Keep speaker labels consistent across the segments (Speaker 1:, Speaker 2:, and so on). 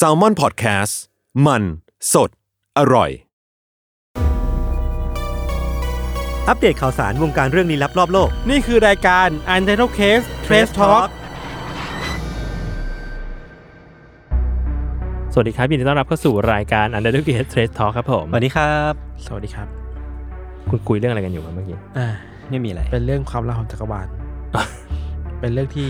Speaker 1: s a l ม o n PODCAST มันสดอร่อย
Speaker 2: อัปเดตข่าวสารวงการเรื่องลี้ลับรอบโลก
Speaker 3: นี่คือรายการ u n t i t l e d Case Trace Talk สวัสดีครับยินดีต้อนรับเข้าสู่รายการ u n t i t l e d Case Trace Talk ครับผม
Speaker 2: สวัสดีครับ
Speaker 3: สวัสดีครับ คุณคุยเรื่องอะไรกันอยู่ครับเมื่อกี้
Speaker 4: อ่า
Speaker 2: ไม่มีอะไร
Speaker 4: เป็นเรื่องความลับของจักรวา ล เป็นเรื่องที่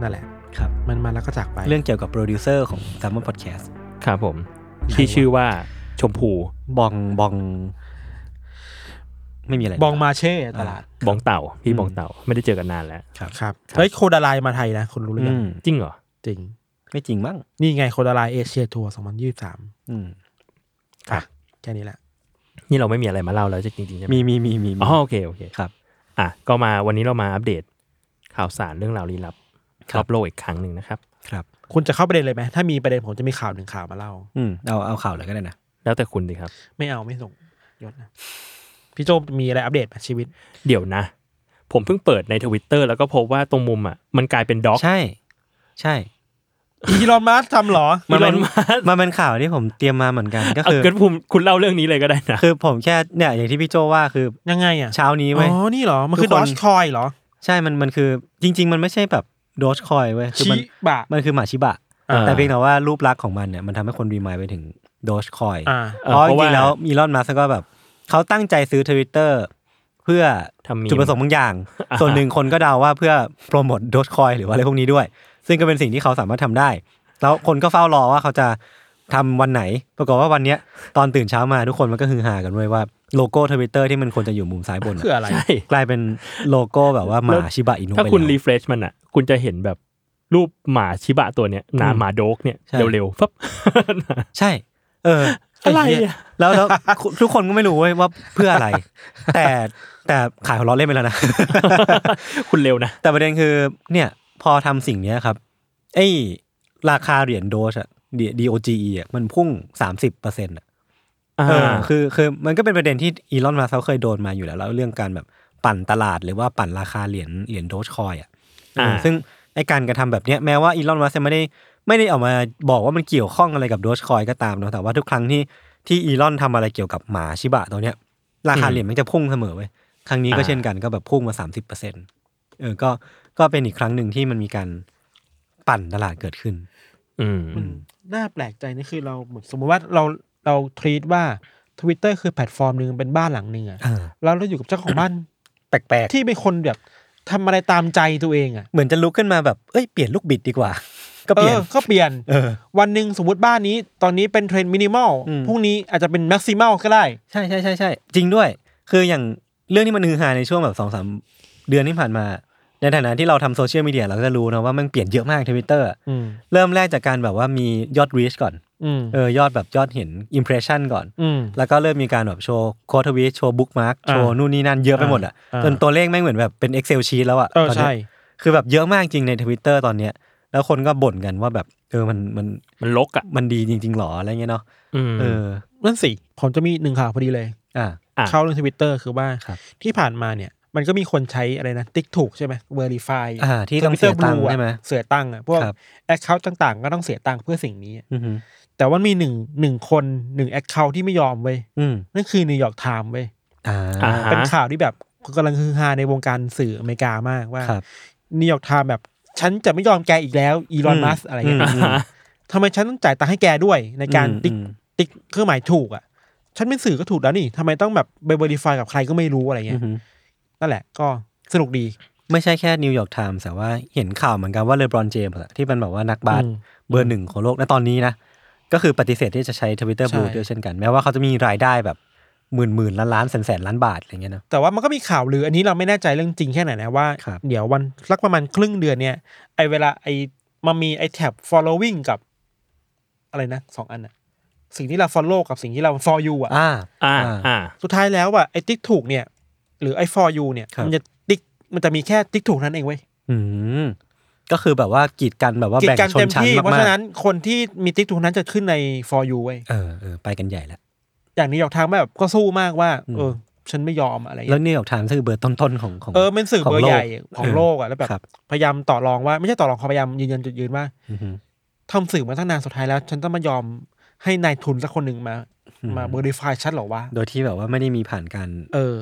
Speaker 4: นั่นแหละ
Speaker 2: ครับ
Speaker 4: มันมาแล้วก็จากไป
Speaker 2: เรื่องเกี่ยวกับโปรดิวเซอร์ของ s ซ l m o n Podcast
Speaker 3: ครับผม ที่ชื่อว่าชมพู
Speaker 2: บองบอง ไม่มีอะไร
Speaker 4: บองมาเช่ตลาด
Speaker 3: บองเต่า พี่
Speaker 2: อืม
Speaker 3: บองเต่า ไม่ได้เจอกันนานแล้ว
Speaker 4: ครับเฮ้ยโคดาไลน์มาไทยนะคุณรู้หรือ
Speaker 2: อื
Speaker 4: ยัง
Speaker 2: ม
Speaker 3: จริงเหรอ
Speaker 4: จริง
Speaker 2: ไม่จริงมั้ง
Speaker 4: นี่ไงโคดาไลน์เอเชียทัวร์2023
Speaker 2: อืม
Speaker 4: ครับแค่นี้แหละ
Speaker 3: นี่เราไม่มีอะไรมาเล่าแล้วจริงๆใช่ไหม
Speaker 2: มีมีมีมีมี
Speaker 3: อ๋อโอเคโอเค
Speaker 2: ครับ
Speaker 3: อ่ะก็มาวันนี้เรามาอัปเดตข่าวสารเรื่องราวลี้ลับ
Speaker 2: ค
Speaker 3: ร
Speaker 2: รับ
Speaker 3: อบโลกอีกครั้งหนึ่งนะครับ
Speaker 2: ครับ
Speaker 4: คุณจะเข้าประเด็นเลยไหมถ้ามีประเด็นผมจะมีข่าวหนึ่งข่าวมาเล่า
Speaker 2: อืมเอาเอาข่าวเลยก็ได้นะ
Speaker 3: แล้วแต่คุณดีครับ
Speaker 4: ไม่เอาไม่ส่งยศนะพี่โจมีอะไรอัปเดตไหมชีวิต
Speaker 3: เดี๋ยวนะ ผมเพิ่งเปิดในทวิตเตอร์แล้วก็พบว่าตรงมุมอ่ะมันกลายเป็นด็อก
Speaker 2: ใช่ ใช่
Speaker 4: อีลอนมัสทำเหรอ
Speaker 3: มันเป็น
Speaker 4: อีลอ
Speaker 3: มา
Speaker 2: มันเป็นข่าวที่ผมเตรียมมาเหมือนกันก็
Speaker 3: เอา
Speaker 2: คือ
Speaker 3: เกิดภูมิคุณเล่าเรื่องนี้เลยก็ได้นะ
Speaker 2: คือผมแค่เนี่ยอย่างที่พี่โจว่าคือ
Speaker 4: ยังไงอ่ะ
Speaker 2: เช้านี้
Speaker 4: อ๋
Speaker 2: เว้ย
Speaker 4: อนี่เหรอมันคือ
Speaker 2: ทุก
Speaker 4: ดอ
Speaker 2: คน
Speaker 4: ชคอยเหรอ
Speaker 2: ใช่มันมันคือจริง ๆ มันไม่ใช่แบบโดชคอยเว้ยคือ
Speaker 4: ชิ
Speaker 2: มัน
Speaker 4: บะ
Speaker 2: มันคือหมาชิบะ
Speaker 3: อ่า
Speaker 2: แต่เพียงแต่ว่ารูปลักษณ์ของมันเนี่ยมันทำให้คนรีมายไปถึงโดชคอย
Speaker 4: อ่า
Speaker 3: เออ
Speaker 2: เพราะ
Speaker 3: เพ
Speaker 2: จริง
Speaker 3: ราะว่า
Speaker 2: ๆแล้วอีลอนมัสก์ก็แบบ เขาตั้งใจซื้อทวิตเตอร์เพื่อ
Speaker 3: ทำมีม
Speaker 2: จุดประสงค์บางอย่าง
Speaker 3: อ่า
Speaker 2: ส่วนหนึ่งคนก็เดาว่าเพื่อโปรโมทโดชคอยหรือว่าอะไรพวกนี้ด้วย ซึ่งก็เป็นสิ่งที่เขาสามารถทำได้ แล้วคนก็เฝ้ารอว่าเขาจะทำวันไหน ปรากฏว่าวันเนี้ยตอนตื่นเช้ามาทุกคนมันก็ฮือฮากันเลยว่าโลโก้ทวิตเตอร์ที่มันควรจะอยู่มุมซ้ายบนอะ
Speaker 4: คืออะไร
Speaker 3: ใช่
Speaker 2: กลายเป็นโลโก้แบบว่าห
Speaker 3: แล้
Speaker 2: มาว ชิบะอินุ
Speaker 3: ถ้า
Speaker 2: ไป
Speaker 3: คุณ
Speaker 2: แล้ว
Speaker 3: รีเฟรชมันอ่ะ คุณจะเห็นแบบรูปหมาชิบะตัวเนี้ยหนา
Speaker 2: อืม
Speaker 3: หมาโดกเนี่ย
Speaker 2: ใช่
Speaker 3: เร็วๆฟับ
Speaker 2: ใช่ เออ
Speaker 3: อะไรอะ
Speaker 2: เหี้ยแล้ว แล้วคุณทุกคนก็ไม่รู้เว้ยว่าเพื่อ อะไร แต่แต่ขายหัวเราะเล่นไปแล้วนะ
Speaker 3: คุณเร็วนะ
Speaker 2: แต่ประเด็นคือเนี่ยพอทำสิ่งเนี้ยครับ ไอ้ราคาเหรียญโดชอะ D- DOGE อะมันพุ่ง 30%อะ
Speaker 3: อ่า
Speaker 2: เออคือคือมันก็เป็นประเด็นที่อีลอนมาเขาเคยโดนมาอยู่แล้วแล้วเรื่องการแบบปั่นตลาดหรือว่าปั่นราคาเหรียญเหรียญโดชคอยอ่ะ
Speaker 3: า
Speaker 2: เออซึ่งไอการกระทำแบบเนี้ยแม้ว่าอีลอนมาจะไม่ได้ไม่ได้ออกมาบอกว่ามันเกี่ยวข้องอะไรกับโดชคอยก็ตามเนอะแต่ว่าทุกครั้งที่ที่อีลอนทำอะไรเกี่ยวกับหมาชิบะตัวเนี้ยราคาเหรียญมันจะพุ่งเสมอเว้ยครั้งนี้ก็
Speaker 3: อ่า
Speaker 2: เช่นกันก็แบบพุ่งมาสามสิบเปอร์เซ็นเออก็ก็เป็นอีกครั้งหนึ่งที่มันมีการปั่นตลาดเกิดขึ้น
Speaker 3: อืม
Speaker 4: มันน่าแปลกใจนี่คือเราเหมือนสมมติว่าเราเราทรีตว่า Twitter คือแพลตฟอร์มหนึ่งเป็นบ้านหลังหนึ่งอะ
Speaker 2: เออ
Speaker 4: แล้วเราอยู่กับเจ้าของบ้าน
Speaker 2: แปลก
Speaker 4: ที่เป็นคนแบบทำอะไรตามใจตัวเองอะ
Speaker 2: ๆเหมือนจะลุกขึ้นมาแบบเอ้ยเปลี่ยนลูกบิดดีกว่า ก็เปลี่ยน
Speaker 4: ออก็เปลี่ยน
Speaker 2: เออ
Speaker 4: วันหนึ่งสมมติบ้านนี้ ตอนนี้เป็นเทรนด์มินิมอล
Speaker 2: อืม
Speaker 4: พรุ่งนี้อาจจะเป็นแม็กซิมอลก็ได้
Speaker 2: ใช่ใช่ใช่ใช่จริงด้วย คืออย่างเรื่องที่มันฮือฮาในช่วงแบบสองสามเดือนที่ผ่านมา ในฐานะที่เราทำโซเชียลมีเดียเราก็จะรู้นะว่ามันเปลี่ยนเยอะมากทวิตเตอร์
Speaker 4: อืม
Speaker 2: เริ่มแรกจากการแบบว่ามียอดรีชก่อน
Speaker 4: อืม
Speaker 2: เออยอดแบบยอดเห็นอิมเพรสชันก่อน
Speaker 4: อืม
Speaker 2: แล้วก็เริ่มมีการแบบโชว์โคทวิตโชว์บุ๊กมาร์กโชว์นู่นนี่นั่นเยอะไปหมดอ่ะ
Speaker 4: อ่า
Speaker 2: จนตัวเลขแม่งเหมือนแบบเป็น Excel sheet แล้วอ่ะ
Speaker 4: เออ
Speaker 2: ตอนเนี้
Speaker 4: ใช่
Speaker 2: ยคือแบบเยอะมากจริงในทวิตเตอร์ตอนเนี้ยแล้วคนก็บ่นกันว่าแบบเออมันมัน
Speaker 3: มันลกอ่ะ
Speaker 2: มันดีจริงๆหรออะไรเงี้ยเนาะ
Speaker 3: อืม
Speaker 2: เออ
Speaker 4: นั่นสิ ผมจะมีหนึ่งข่าวพอดีเลย
Speaker 2: อ่ะ
Speaker 3: อ่ะ
Speaker 4: เข้าเรื่องทวิตเตอร์คือว่า
Speaker 2: ครับ
Speaker 4: ที่ผ่านมาเนี่ย มันก็มีคนใช้อะไรนะติ๊กถูกใช่ไหมเวอร์ลีฟาย
Speaker 2: อ่าที่ต้องเสียตังค์ใช่ไหม
Speaker 4: Twitter Blue อะเสียตังค์อะพวก
Speaker 2: ครับ
Speaker 4: แอคเคาท์ต่างๆ ก็ต้องเสียตังค์เพื่อสิ่งนี้
Speaker 2: อือหือ
Speaker 4: แต่ว่ามีหนึ่งหนึ่งคนหนึ่งแอคเคาท์ที่ไม่ยอมเว้ย
Speaker 2: อืม
Speaker 4: นั่นคือนิวยอร์กไทม์เว้ย
Speaker 2: อ่า
Speaker 3: อ่า ฮะ
Speaker 4: เป็นข่าวที่แบบกำลังฮือฮาในวงการสื่ออเมริกามากว่า
Speaker 2: ครับ
Speaker 4: นิวยอร์กไทม์แบบ ฉันจะไม่ยอมแกอีกแล้วอีลอนมัสอะไรอย่างเงี้ย
Speaker 2: อืม
Speaker 4: ทำไมฉันต้องจ่ายตังค์ให้แกด้วยในการ
Speaker 2: อืม
Speaker 4: ติ๊ก
Speaker 2: อืม
Speaker 4: ติ๊กเครื่องหมายถูกอ่ะ ฉันเป็นสื่อก็ถูกแล้วนี่ทำไมต้องแบบไปบริฟายกับใครก็ไม่รู้อะไรเงี้ยนั่นแหละก็สนุกดี
Speaker 2: ไม่ใช่แค่นิวยอร์กไทม์แต่ว่าเห็นข่าวเหมือนกันว่าเลบรอนเจมส์อะที่เป็นแบบว่านักบาส
Speaker 4: อืม
Speaker 2: เบอร์หนึ่งของโลกณตอนนี้นะ ก็คือปฏิเสธที่จะใช้ทวิตเตอร์
Speaker 4: ใช่
Speaker 2: บลูด้วยเช่นกัน แม้ว่าเขาจะมีรายได้แบบหมื่นหมื่นล้านล้านแสนแสนล้านบาทอะไรเงี้ยนะ
Speaker 4: แต่ว่ามันก็มีข่าวลืออันนี้เราไม่แน่ใจเรื่องจริงแค่ไหนนะว่า
Speaker 2: ครับ
Speaker 4: เดี๋ยววันสักประมาณครึ่งเดือนเนี่ยไอเวลาไอมันมีไอแท็บ following กับ อะไรนะสองอันอะสิ่งที่เรา follow กับสิ่งที่เรา for you อะ
Speaker 2: อ่า
Speaker 3: อ่า
Speaker 2: อ่า
Speaker 3: อ่า
Speaker 4: สุดท้ายแล้วอะไอติ๊กถูกเนี่ย หรือไอ for you เนี่ย
Speaker 2: ครับ
Speaker 4: มันจะติ๊กมันจะมีแค่ติ๊กถูกนั้นเองเว้ย
Speaker 2: อืมก็คือแบบว่ากีดกันแบบว่า
Speaker 4: กิจ
Speaker 2: แบ่ง
Speaker 4: การ
Speaker 2: ชน
Speaker 4: เต็ม
Speaker 2: ชั้น
Speaker 4: ที่ เพราะ
Speaker 2: มาก
Speaker 4: ฉะนั้นคนที่มีติ๊กถูกนั้นจะขึ้นใน for you เว้ย
Speaker 2: ๆเออเออไปกันใหญ่แล้ว
Speaker 4: อย่างนี้อยากทางแบบก็สู้มากว่า
Speaker 2: อืม
Speaker 4: เออ ฉันไม่ยอมอะไรอย่าง
Speaker 2: แล้
Speaker 4: เงี้ยว
Speaker 2: นิวยอร์กไทม์คือเบอร์ต้นๆของของ
Speaker 4: เออเป็นสื่อ
Speaker 2: ของ
Speaker 4: เบอร์
Speaker 2: โลก
Speaker 4: ใหญ่ของโลกอะแล้วแบบ
Speaker 2: ครับ
Speaker 4: พยายามต่อรองว่าไม่ใช่ต่อรองเขาพยายามยืนยันจุดยืนว่า
Speaker 2: อหือ
Speaker 4: ทำสื่อมาตั้งนานสุดท้ายแล้ว ฉันต้องมายอมให้นายทุนสักคนหนึ่งมา
Speaker 2: อืม
Speaker 4: มาบริฟายฉันเหรอวะ
Speaker 2: โดยที่แบบว่าไม่ได้มีผ่านการ
Speaker 4: เออ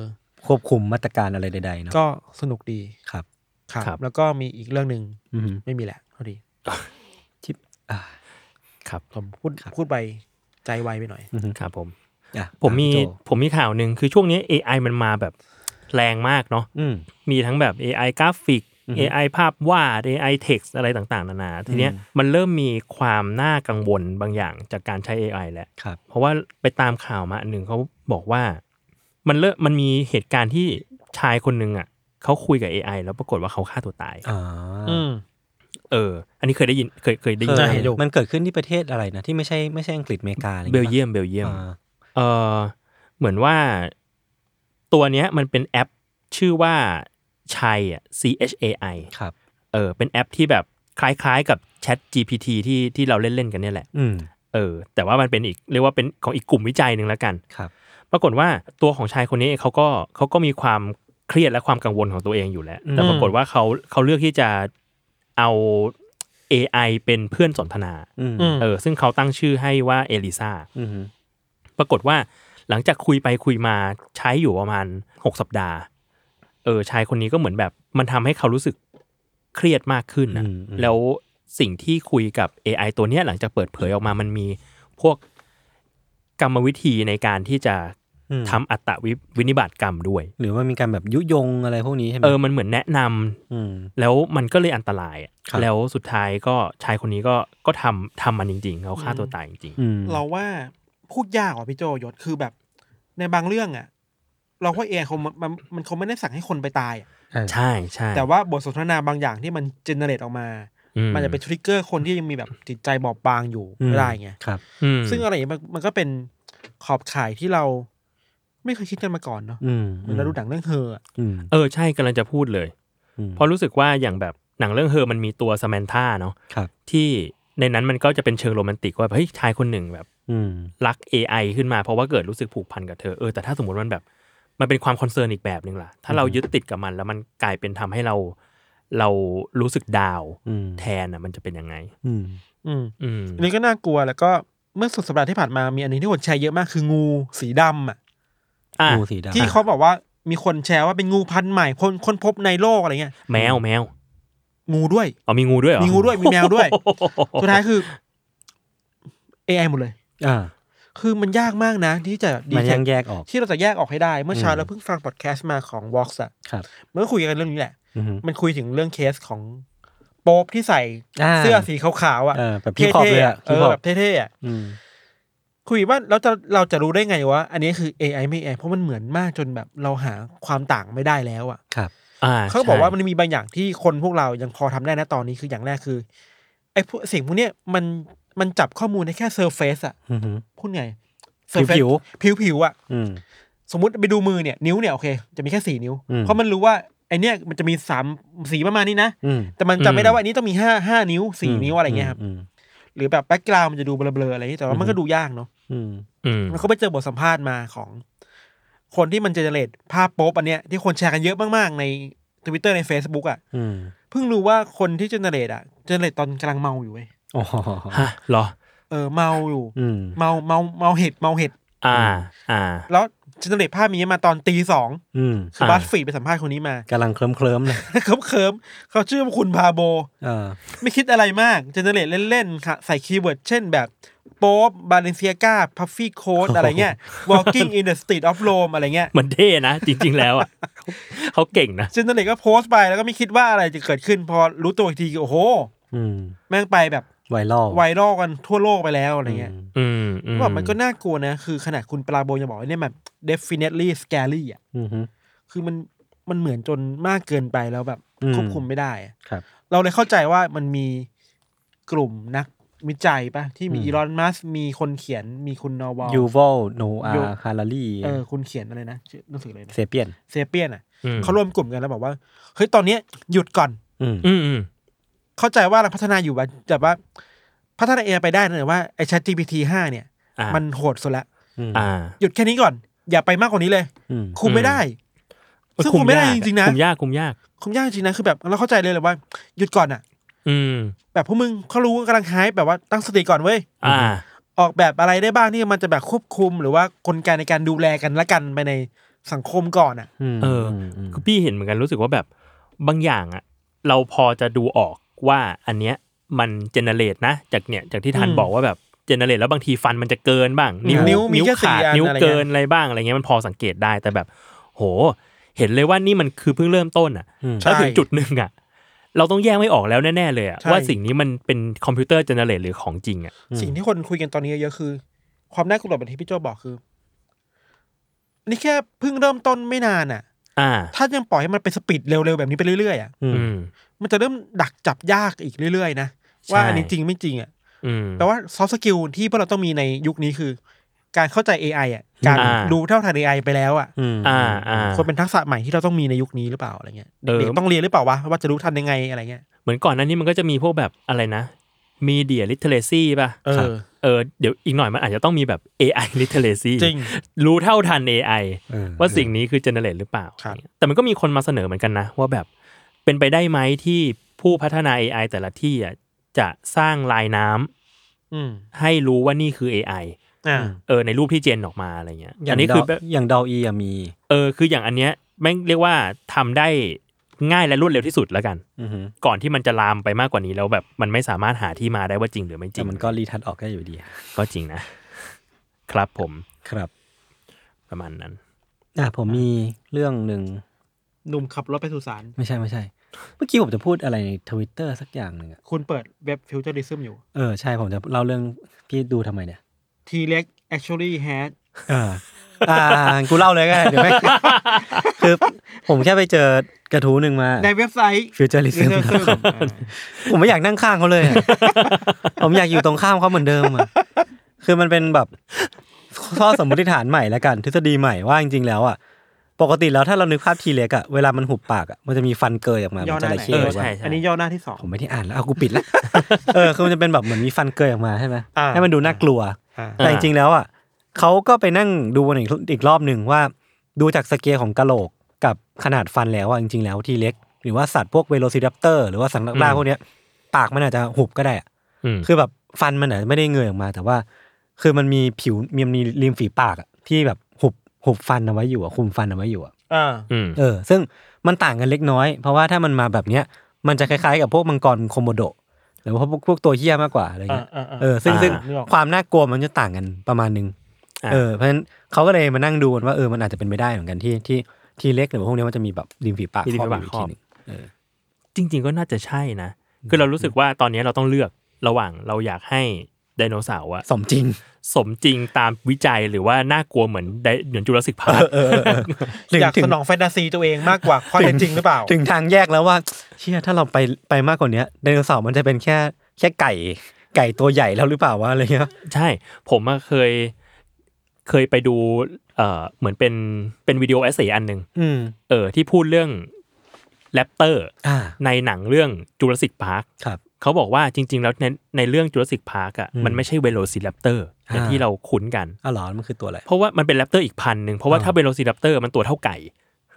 Speaker 2: ควบคุมมาตรการอะไรใดๆเนาะ
Speaker 4: ก็สนุกดี
Speaker 2: ครับ
Speaker 4: ครับ
Speaker 3: ครับ
Speaker 4: แล้วก็มีอีกเรื่องหนึ่ง
Speaker 2: อือหือ
Speaker 4: ไม่มีแหละพอดี
Speaker 2: ที่อ่า
Speaker 3: ครับ
Speaker 4: ผมพูด
Speaker 2: ครับ
Speaker 4: พูดไปใจไวไปหน่อย
Speaker 3: ครับผม
Speaker 2: อ่ะ
Speaker 3: ผมมี
Speaker 2: ถาพี่โจ
Speaker 3: ผมมีข่าวหนึ่งคือช่วงนี้ AI มันมาแบบแรงมากเนาะ
Speaker 2: อืม
Speaker 3: มีทั้งแบบ AI กราฟิก
Speaker 2: อือฮึ
Speaker 3: AI ภาพวาด AI text อะไรต่างๆ นานา ทีเนี้ยมันเริ่มมีความน่ากังวลบางอย่างจากการใช้ AI แล้ว
Speaker 2: ครับ
Speaker 3: เพราะว่าไปตามข่าวมาอันหนึ่งเขาบอกว่า มันเลิกมันมีเหตุการณ์ที่ชายคนหนึ่งอ่ะเขาคุยกับ AI แล้วปรากฏว่าเขาฆ่าตัวตาย
Speaker 2: อ๋ออ
Speaker 4: อืม
Speaker 3: เออ อันนี้เคยได้ยินเคยเคยได้
Speaker 2: เค
Speaker 3: ยิ
Speaker 2: ย
Speaker 3: น
Speaker 4: ใช่
Speaker 3: ไหม
Speaker 4: เดู
Speaker 2: มันเกิดขึ้นที่ประเทศอะไรนะ ที่ไม่ใช่ไม่ใช่อังกฤษอเมริกาอะไร
Speaker 3: เบลเยียมเบลเยียม
Speaker 2: อ่า
Speaker 3: เออเหมือนว่าตัวเนี้ยมันเป็นแอปชื่อว่าชัยอ่ะ C H A I
Speaker 2: ครับ
Speaker 3: เออเป็นแอปที่แบบคล้ายๆกับ Chat GPT ที่ที่เราเล่นๆกันเนี่ยแหละ
Speaker 2: อืม
Speaker 3: เออแต่ว่ามันเป็นอีกเรียกว่าเป็นของอีกกลุ่มวิจัยหนึ่งแล้วกัน
Speaker 2: ครับ
Speaker 3: ปรากฏว่าตัวของชายคนนี้เขาก็เขาก็มีความเครียดและความกังวลของตัวเองอยู่แล้ว แต่
Speaker 4: อืม
Speaker 3: ปรากฏว่าเขาเขาเลือกที่จะเอา AI เป็นเพื่อนสนทนา
Speaker 2: อืม
Speaker 4: อืม
Speaker 3: เออซึ่งเขาตั้งชื่อให้ว่าเอลิซา
Speaker 2: อืม
Speaker 3: ปรากฏว่าหลังจากคุยไปคุยมาใช้อยู่ประมาณหกสัปดาห์ เออชายคนนี้ก็เหมือนแบบ มันทำให้เขารู้สึกเครียดมากขึ้นนะแล้วสิ่งที่คุยกับ AI ตัวเนี้ยหลังจากเปิดเผยออกมามันมีพวกกรรมวิธีในการที่จะทำอัตวิวินิบาตกรรมด้วย
Speaker 2: หรือว่ามีการแบบยุยงอะไรพวกนี้ใช่ไหม
Speaker 3: เออมันเหมือนแนะนำ
Speaker 2: อืม
Speaker 3: แล้วมันก็เลยอันตรายอะ
Speaker 2: ครับ
Speaker 3: แล้วสุดท้ายก็ชายคนนี้ก็ก็ทำทำมันจริง ๆเขาฆ่าตัวตายจริง
Speaker 2: อืม
Speaker 4: เราว่าพูดยากว่ะพี่โจยศคือแบบ ในบางเรื่องอะเราว่าเอคงมันมันมันคงไม่ได้สั่งให้คนไปตายอะ
Speaker 3: ๆ ใช่ใช่
Speaker 4: แต่ว่าบทสนทนาบางอย่างที่มันเจเนเรตออกมา
Speaker 3: อื
Speaker 4: มันจะเป็นทริกเกอร์คนที่ยังมีแบบจิตใจบอบบางอยู่
Speaker 2: อืม
Speaker 4: ไม่ได้ไง
Speaker 2: ครับ
Speaker 3: อืม
Speaker 4: ซึ่งอะไรอย่างเงี้ยมันมันก็เป็นขอบข่ายที่เราไม่เคยคิดกันมาก่อนเนาะ
Speaker 2: อืม
Speaker 4: เหมือนเราดูหนังเรื่องเฮออะ
Speaker 2: อืม
Speaker 3: เออใช่กำลังจะพูดเลย
Speaker 2: อืม
Speaker 3: เพราะรู้สึกว่าอย่างแบบหนังเรื่องเฮอมันมีตัวสแมนท่าเนาะ
Speaker 2: ครับ
Speaker 3: ที่ในนั้นมันก็จะเป็นเชิงโรแมนติกว่าเฮ้ยชายคนหนึ่งแบบ
Speaker 2: อืม
Speaker 3: รัก AI ขึ้นมาเพราะว่าเกิดรู้สึกผูกพันกับเธอเออแต่ถ้าสมมติมันแบบ มันเป็นความคอนเซิร์นอีกแบบหนึ่งล่ะ ถ้าเรายึดติดกับมันแล้วมันกลายเป็นทำให้เรา เรารู้สึกดาวน์
Speaker 2: อืม
Speaker 3: แทนอ่ะมันจะเป็นยังไง
Speaker 2: อืม
Speaker 4: อืม
Speaker 3: อืม
Speaker 4: อันนี้ก็น่ากลัวแล้วก็เมื่อสุดสัปดาห์ที่ผ่านมามีอันหนึงที่คนแชร์เยอะมากคืองูสีดำอ่ะ
Speaker 3: อ่ะ
Speaker 2: งูสีดำ
Speaker 4: ที่เขาบอกว่ามีคนแชร์ว่าเป็นงูพันธุ์ใหม่คนคนพบในโลกอะไรเงี้ย
Speaker 3: แมวแมว
Speaker 4: งูด้วย
Speaker 3: เอามีงูด้วยเหรอ
Speaker 4: มีงูด้วยมีแมวด้วย สุดท้ายคือ AI หมดเลย
Speaker 2: อ่า
Speaker 4: คือมันยากมากนะ ที่จะดี
Speaker 2: มัน
Speaker 4: เท
Speaker 2: ยังแยกออก
Speaker 4: ที่เราจะแยกออกให้ได้เมื่อเช้า
Speaker 2: อืม
Speaker 4: เราเพิ่งฟังพอดแคสต์มาของ Vox อะ
Speaker 2: ครับ
Speaker 4: มันก็คุยกันเรื่องนี้แหละ
Speaker 2: อืม
Speaker 4: มันคุยถึงเรื่องเคสของโป๊ปที่ใส่
Speaker 2: อ่า
Speaker 4: เสื้อสีขาวๆอ่ะ
Speaker 2: เออแบบพี่ขอบเลยอ่ะ
Speaker 4: เท่
Speaker 2: พี่
Speaker 4: ๆเออ
Speaker 2: ขอบ
Speaker 4: แบบเท่ๆอ่ะ
Speaker 2: อืม
Speaker 4: คุยว่าแล้วจะเราจะรู้ได้ไงว่า อันนี้คือ AI ไม่ AI เพราะมันเหมือนมากจนแบบเราหาความต่างไม่ได้แล้วอ่ะ
Speaker 2: ครับ
Speaker 3: อ่า
Speaker 4: เขาบอก
Speaker 3: ใช่
Speaker 4: ว่ามันมีบางอย่างที่คนพวกเรายังพอทำได้นะตอนนี้คืออย่างแรกคือไอ้พวกสิ่งพวกเนี้ยมันมันจับข้อมูลได้แค่เซอร์เฟซอ่ะ
Speaker 2: อืม
Speaker 4: พูดไง
Speaker 2: ผิวๆ
Speaker 4: surface ผิวๆอ่ะ
Speaker 2: อืม
Speaker 4: สมมติไปดูมือเนี่ยนิ้วเนี่ยโอเค จะมีแค่สี่นิ้ว
Speaker 2: อืม
Speaker 4: เพราะมันรู้ว่าไอเนี้ยมันจะมีสามสีประมาณนี้นะ
Speaker 2: อืม
Speaker 4: แต่มันจำไม่ได้ว่าอันนี้ต้องมีห้าห้านิ้วสี่นิ้วอะไรเงี้ยครับ
Speaker 2: อืม
Speaker 4: หรือแบบแบ็กกราวมันจะดูเบลอๆอะไรอย่างเงี้ยแต่ว่ามันก็ดูยากเนาะ
Speaker 2: อืม
Speaker 3: อืม
Speaker 4: แล้วเขาไปเจอบทสัมภาษณ์มาของ คนที่มันเจเนเรตภาพโป๊ปอันเนี้ยที่คนแชร์กันเยอะมากๆในทวิตเตอร์ใน Facebook อ่ะ
Speaker 2: อืม
Speaker 4: เพิ่งรู้ว่าคนที่เจเนเรตอ่ะเจเนเรตตอนกำลังเมาอยู่เว้ย
Speaker 2: อ๋อ
Speaker 3: ฮะเหรอ
Speaker 4: เออเมาอยู่
Speaker 2: อืม
Speaker 4: เมาเมาเมาเห็ดเมาเห็ด
Speaker 3: อ่า อ่า
Speaker 4: แล้ว เจเนเรตภาพนี้มาตอนตีสอง
Speaker 2: อืม
Speaker 4: คือ
Speaker 3: อ่า
Speaker 4: บัสฟีดไปสัมภาษณ์คนนี้มา
Speaker 2: กำลังเคลิ้มเคลิ้มๆเลย
Speaker 4: เขาเคิมเขาชื่อว่าคุณพาโบ
Speaker 2: เออ
Speaker 4: ไม่คิดอะไรมากเจเนเรตเล่นๆค่ะใส่คีย์เวิร์ดเช่นแบบ โป๊บบาเลนเซียกาพัฟฟี่โค้ดอะไรเงี้ย walking in the street of Rome อะไรเงี้ย
Speaker 3: เหมือนเท่นะ จริง ๆ แล้วอ่ะเขาเก่งนะ
Speaker 4: เจเนเรตก็โพสต์ไปแล้วก็ไม่คิดว่าอะไรจะเกิดขึ้น พอรู้ตัวอีกทีโอ้โห
Speaker 2: อืม
Speaker 4: แม่งไปแบบ
Speaker 2: ไวรัล
Speaker 4: ไวรัลกันทั่วโลกไปแล้วอะไรเงี้ย
Speaker 3: อืมอืม
Speaker 4: ว่ามันก็น่ากลัวนะ คือขนาดคุณปลาโบยังบอกว่าเนี่ยแบบ definitely scary อ่ะ
Speaker 2: อืมฮึ
Speaker 4: คือมันมันเหมือนจนมากเกินไปแล้วแบบ
Speaker 2: อืม
Speaker 4: ควบคุมไม่ได้อะ
Speaker 2: ครับ
Speaker 4: เราเลยเข้าใจว่ามันมีกลุ่มนักวิจัยปะที่มี
Speaker 2: อืม
Speaker 4: อีลอนมัสก์มีคนเขียนมีคุณนอวอล
Speaker 2: ยูวอลโนอา
Speaker 4: ยู
Speaker 2: ฮารารี
Speaker 4: เออคุณเขียนอะไรนะชื่อหนังสืออะไรนะ
Speaker 2: เซเปียน
Speaker 4: เซเปียนอ่ะ
Speaker 3: อืม
Speaker 4: เขารวมกลุ่มกันแล้วบอกว่าเฮ้ยตอนเนี้ยหยุดก่อน
Speaker 2: อืม
Speaker 3: อืมอืม
Speaker 4: เข้าใจว่าเราพัฒนาอยู่ว่าแต่ว่า พัฒนาเอไปได้นะแต่ว่าไอ้ ChatGPT 5เนี่ย
Speaker 3: อ่า
Speaker 4: มันโหดสุดละ
Speaker 2: อืม
Speaker 3: อ่า
Speaker 4: หยุดแค่นี้ก่อน อย่าไปมากกว่านี้เลย
Speaker 2: อืม
Speaker 4: คุมไม่ได้ ซึ่งคุมไม่ได้จริงๆนะ
Speaker 3: คุมยากคุมยาก
Speaker 4: คุมยากจริงๆนะคือแบบเราเข้าใจเลยแหละว่าหยุดก่อนอ่ะ
Speaker 3: อืม
Speaker 4: แบบพวกมึงเขารู้ว่ากำลังหายแบบว่าตั้งสติก่อนเว้ย
Speaker 3: อ่า
Speaker 4: ออกแบบอะไรได้บ้างที่มันจะแบบควบคุม หรือว่ากลไกในการดูแลกันและกันไปในสังคมก่อนอ่ะ
Speaker 2: อืม
Speaker 3: เออ
Speaker 2: ม
Speaker 3: คือพี่เห็นเหมือนกันรู้สึกว่าแบบบางอย่างอะเราพอจะดูออกว่าอันเนี้ยมันเจเนเรตนะ จากเนี่ยจากที่ทัน
Speaker 4: อืม
Speaker 3: บอกว่าแบบเจเนเรตแล้วบางทีฟันมันจะเกินบ้าง นิ้ว
Speaker 4: นิ้วมี
Speaker 3: นิ้ว
Speaker 4: แค่สี่
Speaker 3: ขาด
Speaker 4: อัน
Speaker 3: นิ้ว
Speaker 4: อะไรเงี้ย
Speaker 3: เกินอะไรบ้างอะไรเงี้ยมันพอสังเกตได้แต่แบบ โห เห็นเลยว่านี่มันคือเพิ่งเริ่มต้นอะ
Speaker 2: อืม
Speaker 3: ถ้าถึงจุดหนึ่งอะเราต้องแยกไม่ออกแล้วแน่ๆเลยอะ
Speaker 4: ใช่
Speaker 3: ว่าสิ่งนี้มันเป็นคอมพิวเตอร์เจเนเรตหรือของจริงอะ
Speaker 2: อืม
Speaker 4: สิ่งที่คนคุยกันตอนนี้เยอะๆคือ ความน่ากลัวแบบที่พี่โจบอกคือ นี่แค่เพิ่งเริ่มต้นไม่นานอ่ะ
Speaker 3: อ่า
Speaker 4: ถ้ายังปล่อยให้มันเป็นสปีดเร็วๆ แบบนี้ไปเรื่อยๆอ่ะ
Speaker 2: อืม
Speaker 3: อืม
Speaker 4: มันจะเริ่มดักจับยากอีกเรื่อยๆนะว่าอันนี้จริงไม่จริงอ่ะ
Speaker 3: อืม
Speaker 4: แปลว่าซอฟต์สกิลที่พวกเราต้องมีในยุคนี้คือ การเข้าใจ AI อ่ะ การ
Speaker 3: อ่า
Speaker 4: ดูเท่าทัน AI ไปแล้วอ่ะ
Speaker 2: อืม
Speaker 3: อ่าอ่า
Speaker 4: ควรเป็นทักษะใหม่ที่เราต้องมีในยุคนี้หรือเปล่าอะไรเงี้ย
Speaker 3: เออ
Speaker 4: เด็กๆต้องเรียนหรือเปล่าวะว่าจะรู้ทันยังไงอะไรเงี้ย
Speaker 3: เหมือนก่อนหนั้นนี่มันก็จะมีพวกแบบอะไรนะ media literacy ป่ะ
Speaker 4: เออ
Speaker 3: ครับเออเดี๋ยวอีกหน่อยมันอาจจะต้องมีแบบ AI literacy
Speaker 4: จริง
Speaker 3: รู้เท่าทัน AI
Speaker 2: เออ
Speaker 3: ว่าสิ่งนี้คือเจเนเรตหรือเปล่า
Speaker 4: ครับ
Speaker 3: แต่มันก็มีคนมาเสนอเหมือนกันนะ ว่าแบบเป็นไปได้ไหมที่ผู้พัฒนา AI แต่ละที่อ่ะจะสร้างลายน้ำ
Speaker 4: อืม
Speaker 3: ให้รู้ว่านี่คือ AI
Speaker 4: อ่า
Speaker 3: เออในรูปที่เจนออกมาอะไรเงี้ย
Speaker 2: อ
Speaker 3: อั
Speaker 2: ย่าน ง
Speaker 3: นี้
Speaker 2: ด
Speaker 3: คือ อแบบ
Speaker 2: อย่างดาวอีอะมี
Speaker 3: เออคืออย่างอันเนี้ยแม่งเรียกว่าทำได้ง่ายและรวดเร็วที่สุดแล้วกัน
Speaker 2: อือฮึ
Speaker 3: ก่อนที่มันจะลามไปมากกว่านี้แล้วแบบมันไม่สามารถหาที่มาได้ว่าจริงหรือไม่จ
Speaker 2: แต่
Speaker 3: ริง
Speaker 2: มันก็รีทัชออกได้อยู่ดี
Speaker 3: ก็จริงนะ ครับผม
Speaker 2: ครับ
Speaker 3: ประมาณนั้น
Speaker 2: อ่ะผมมีเรื่องหนึ่ง
Speaker 4: หนุ่มขับรถไปสุสาน
Speaker 2: ไม่ใช่ไม่ใช่ เมื่อกี้ผมจะพูดอะไรในทวิตเตอร์สักอย่างหนึ่งอะ
Speaker 4: คุณเปิดเว็บฟิวเจอริซึมอยู่
Speaker 2: เออใช่ผมจะเล่าเรื่องพี่ดูทำไมเนี่ย
Speaker 4: T ีเล็ก actually had
Speaker 2: อ่าอ่ากูเล่าเลยก็ได้เดี๋ยวไม่ คือผมแค่ไปเจอกระทู้หนึ่งมา
Speaker 4: ในเว็บไซต์
Speaker 2: Futurism
Speaker 4: Futurism อ่า
Speaker 2: ผมไม่อยากนั่งข้างเขาเลยอะ ผมอยากอยู่ตรงข้ามเขาเหมือนเดิมอะคือมันเป็นแบบข้อสมมติฐานใหม่แล้วกัน ทฤษฎีใหม่ว่าจริงๆแล้วอะปกติแล้วถ้าเรานึกภาพทีเล็กอะเวลามันหุบปากอะมันจะมีฟันเกยออกมา
Speaker 4: ย่อ
Speaker 2: มัน
Speaker 4: ห
Speaker 2: จะ
Speaker 4: น้า
Speaker 2: อะไร
Speaker 4: ไหน
Speaker 2: เขี้ยว
Speaker 3: เออ
Speaker 2: ว่า
Speaker 3: ใช่
Speaker 4: อันนี้ย่อหน้าที่สอง
Speaker 2: ผมไม่ได้อ่านแล้วเอากูปิดละ เออคือมันจะเป็นแบบเหมือนมีฟันเกยออกมาใช่ไหม
Speaker 4: อ่า
Speaker 2: ให้มันดูน่ากลัว
Speaker 4: อ่า
Speaker 3: อ่า
Speaker 2: แต่จริงๆแล้วอ่ะเขาก็ไปนั่งดูกันอีกอีกรอบหนึ่งว่า ดูจากสเกลของกะโหลกกับขนาดฟันแล้วอ่ะจริงๆแล้วทีเล็ก หรือว่าสัตว์พวกเวโรซิรัปเตอร์หรือว่าสัตว์นักล่า
Speaker 3: อืม
Speaker 2: พวกเนี้ย ปากมันอาจจะหุบก็ได้อะ
Speaker 3: อืม
Speaker 2: คือแบบฟันมันอาจจะไม่ได้เงยออกมา แต่ว่า คือมันมีผิวมีมีริมฝีปากอะที่แบบหุบหุบฟันเอาไว้อยู่อ่ะคุมฟันเอาไว้อยู่อ่ะ
Speaker 4: อ่า
Speaker 3: อืม
Speaker 2: เออซึ่งมันต่างกันเล็กน้อย เพราะว่าถ้ามันมาแบบเนี้ยมันจะคล้ายๆกับพวกมังกรโคโมโดะหรือว่าพวกพวกตัวเหี้ยมากกว่าอะไร
Speaker 4: อ่า
Speaker 2: เงี้ย
Speaker 4: อ่าา
Speaker 2: เออซึ่งซึ่ง
Speaker 4: นึกออก
Speaker 2: ความน่ากลัวมันจะต่างกันประมาณนึง
Speaker 3: ะ
Speaker 2: เออเพราะฉะนั้นเขาก็เลยมานั่งดูกันว่าเออมันอาจจะเป็นไปได้เหมือนกันที่ที่ที่เล็กหรือพวกเนี้ยมันจะมีแบบริมฝีปาก
Speaker 3: มีริมฝีปาก
Speaker 2: ยู่
Speaker 3: ครอบ
Speaker 2: ทีหนึ่ง
Speaker 3: จริง ๆ ก็น่าจะใช่นะ คือเรารู้สึกว่าตอนนี้เราต้องเลือกระหว่างเราอยากให้ไดโนเสาร์อะ
Speaker 2: สมจริง
Speaker 3: สมจริงตามวิจัยหรือว่าน่ากลัวเหมือนไดเหมือนจูราสสิกพาร์ค
Speaker 4: อยากสนองแฟนตาซีตัวเองมากกว่าข้อเท็จจริงหรือเปล่า
Speaker 2: ถึงทางแยกแล้วว่าเชื่อถ้าเราไปไปมากกว่าเนี้ยไดโนเสาร์มันจะเป็นแค่แค่ไก่ ไก่ตัวใหญ่แล้วหรือเปล่าวะอะไรเงี้ย
Speaker 3: ใช่ ผมอะเคย เคยไปดูเอ่อเหมือนเป็นเป็นวิดีโอเอสเซอันหนึ่ง
Speaker 2: อืม
Speaker 3: เออที่พูดเรื่องแรปเตอร์
Speaker 2: อ่า
Speaker 3: ในหนังเรื่องจูราสสิกพาร์ค
Speaker 2: ครับ
Speaker 3: เขาบอกว่าจริง ๆ แล้วในในเรื่องจูราสสิกพาร์คอ่ะ
Speaker 2: อืม
Speaker 3: มันไม่ใช่เวโรซิ r a ปเตอร์อย่าง
Speaker 2: อ่า
Speaker 3: ที่เราคุ้นกัน
Speaker 2: อ๋อเหรอมันคือตัวอะไร
Speaker 3: เพราะว่ามันเป็นแรปเตอร์อีกพันหนึ่งเพราะว่าถ้าเวโรซิ r a ปเตอร์มันตัวเท่าไก่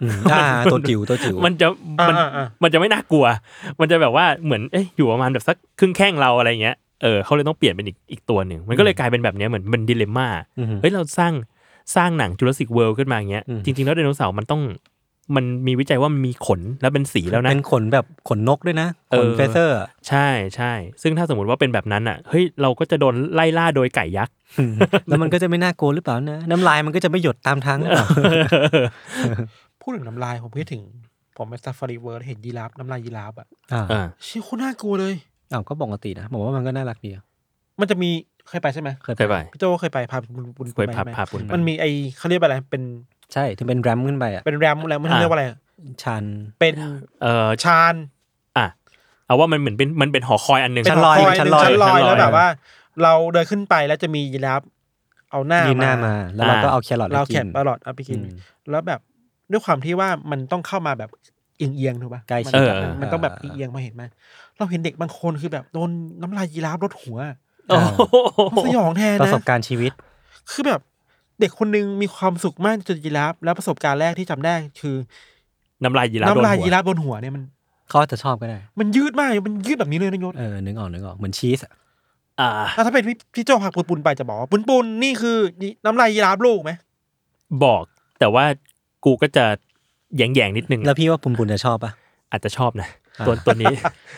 Speaker 2: อืมอ่าตัวจิ๋วตัวจิ๋ว
Speaker 3: มันจะมัน
Speaker 4: อ่าอ่า
Speaker 3: มันจะไม่น่ากลัว มันจะแบบว่าเหมือนเอ๊ะอยู่ประมาณแบบสักครึ่งแข้งเราอะไรเงี้ยเออเขาเลยต้องเปลี่ยนเป็นอีกอีกตัวหนึ่ง มันก็เลยกลายเป็นแบบเนี้ยเหมือนเป็นดิเลม่า
Speaker 2: อืม
Speaker 3: เฮ้ยเราสร้าง สร้างหนังจูราสสิกเวิลด์ขึ้นมาอย่างเงี้ย
Speaker 2: อืม
Speaker 3: จริง ๆ แล้วไดโนเสาร์มันต้องมันมีวิจัยว่ามันมีขนและเป็นสีแล้วนะ
Speaker 2: เป็นขนแบบขนนกด้วยนะขน
Speaker 3: เออ
Speaker 2: เฟเซอร์อะ
Speaker 3: ใช่ใช่ซึ่งถ้าสมมติว่าเป็นแบบนั้นอ่ะเฮ้ยเราก็จะโดนไล่ล่าโดยไก่ยักษ์
Speaker 2: แล้วมันก็จะไม่น่ากลัวหรือเปล่านะ น้ำลายมันก็จะไม่หยดตามทางหรือเปล่า
Speaker 4: พูดถึงน้ำลายผมคิดถึง ผมไปซาฟารีเวิร์ดเห็นยีราฟน้ำลายยีราฟอ่ะ
Speaker 2: อ่า
Speaker 3: อ่า
Speaker 4: เชี่ยโคตรน่ากลัวเลย
Speaker 2: อ้าวก็ปกตินะผมว่ามันก็น่ารักดีอะ
Speaker 4: มันจะมีเคยไปใช่ไหม
Speaker 2: เคย
Speaker 3: เคยไป
Speaker 4: พี่โจเคยไปพาบุญบุญ
Speaker 3: เคยพา
Speaker 4: ไปไหม
Speaker 3: พาปุณไป
Speaker 4: มันมีไอเขาเรียกว่าอะไรเป็น
Speaker 2: ใช่ถึงเป็นแรมขึ้นไปอ่ะ
Speaker 4: เป็นแรมอะไรมันเรียกว่าอะไร
Speaker 2: ชัน
Speaker 4: เป็น
Speaker 3: เออ
Speaker 4: ชาน
Speaker 3: อ่ะเอาว่ามันเหมือนเป็นมันเป็นหอคอยอันหนึ่ง
Speaker 2: ชั้นลอย
Speaker 4: ห
Speaker 2: ชั้นลอย
Speaker 4: ชั้นลอย
Speaker 2: ชั้นลอย
Speaker 4: แล้วแบบว่า เราเดินขึ้นไปแล้วจะมียีราฟเอาหน้า
Speaker 2: ยืนหน้ามา
Speaker 4: มา
Speaker 2: แล้วเรา
Speaker 3: อ่า
Speaker 2: ก็เอาแครอท
Speaker 4: เรา
Speaker 2: ไปกิ
Speaker 4: แคบ
Speaker 2: น
Speaker 4: ตลอดเอาไปกิน
Speaker 2: อืม
Speaker 4: แล้วแบบด้วยความที่ว่ามันต้องเข้ามาแบบเอียงเอียงๆถูกปะ
Speaker 2: ใกล้ชิด
Speaker 4: มัน
Speaker 3: เออ
Speaker 4: มันต้องแบบ
Speaker 2: อ่า
Speaker 4: เอียงๆมาเห็นไหมเราเห็นเด็กบางคนคือแบบโดนน้ำลายยีราฟรดหัว
Speaker 3: โอ้โห
Speaker 4: มันสยองแทนนะ
Speaker 2: ประสบการณ์ชีวิต
Speaker 4: คือแบบเด็กคนหนึงมีความสุขมากจนยีราฟแล้วประสบการณ์แรกที่จำได้คือ
Speaker 3: น้ำลายยีราฟโดน
Speaker 4: น้ำลาย
Speaker 3: หัว
Speaker 4: ยีราฟบนหัวเนี่ยมัน
Speaker 2: เขาอาจจะชอบก็ได้
Speaker 4: มันยืดมากมันยืดแบบนี้เลยนะยศ
Speaker 2: เออ นึกออกนึกออก เหมือนชีสอะ
Speaker 3: อ่า
Speaker 4: แล้วถ้าเป็นพี่พี่โจพาปุนปุนไปจะบอกว่าปุนปุนนี่คือน้ำลายยีราฟลูกไหม
Speaker 3: บอกแต่ว่ากูก็จะแยงแยงๆนิดนึง
Speaker 2: แล้วพี่ว่าปุ่นปุ่นจะชอบปะ
Speaker 3: อาจจะชอบนะ
Speaker 2: อ่า
Speaker 3: ตัวตัวนี้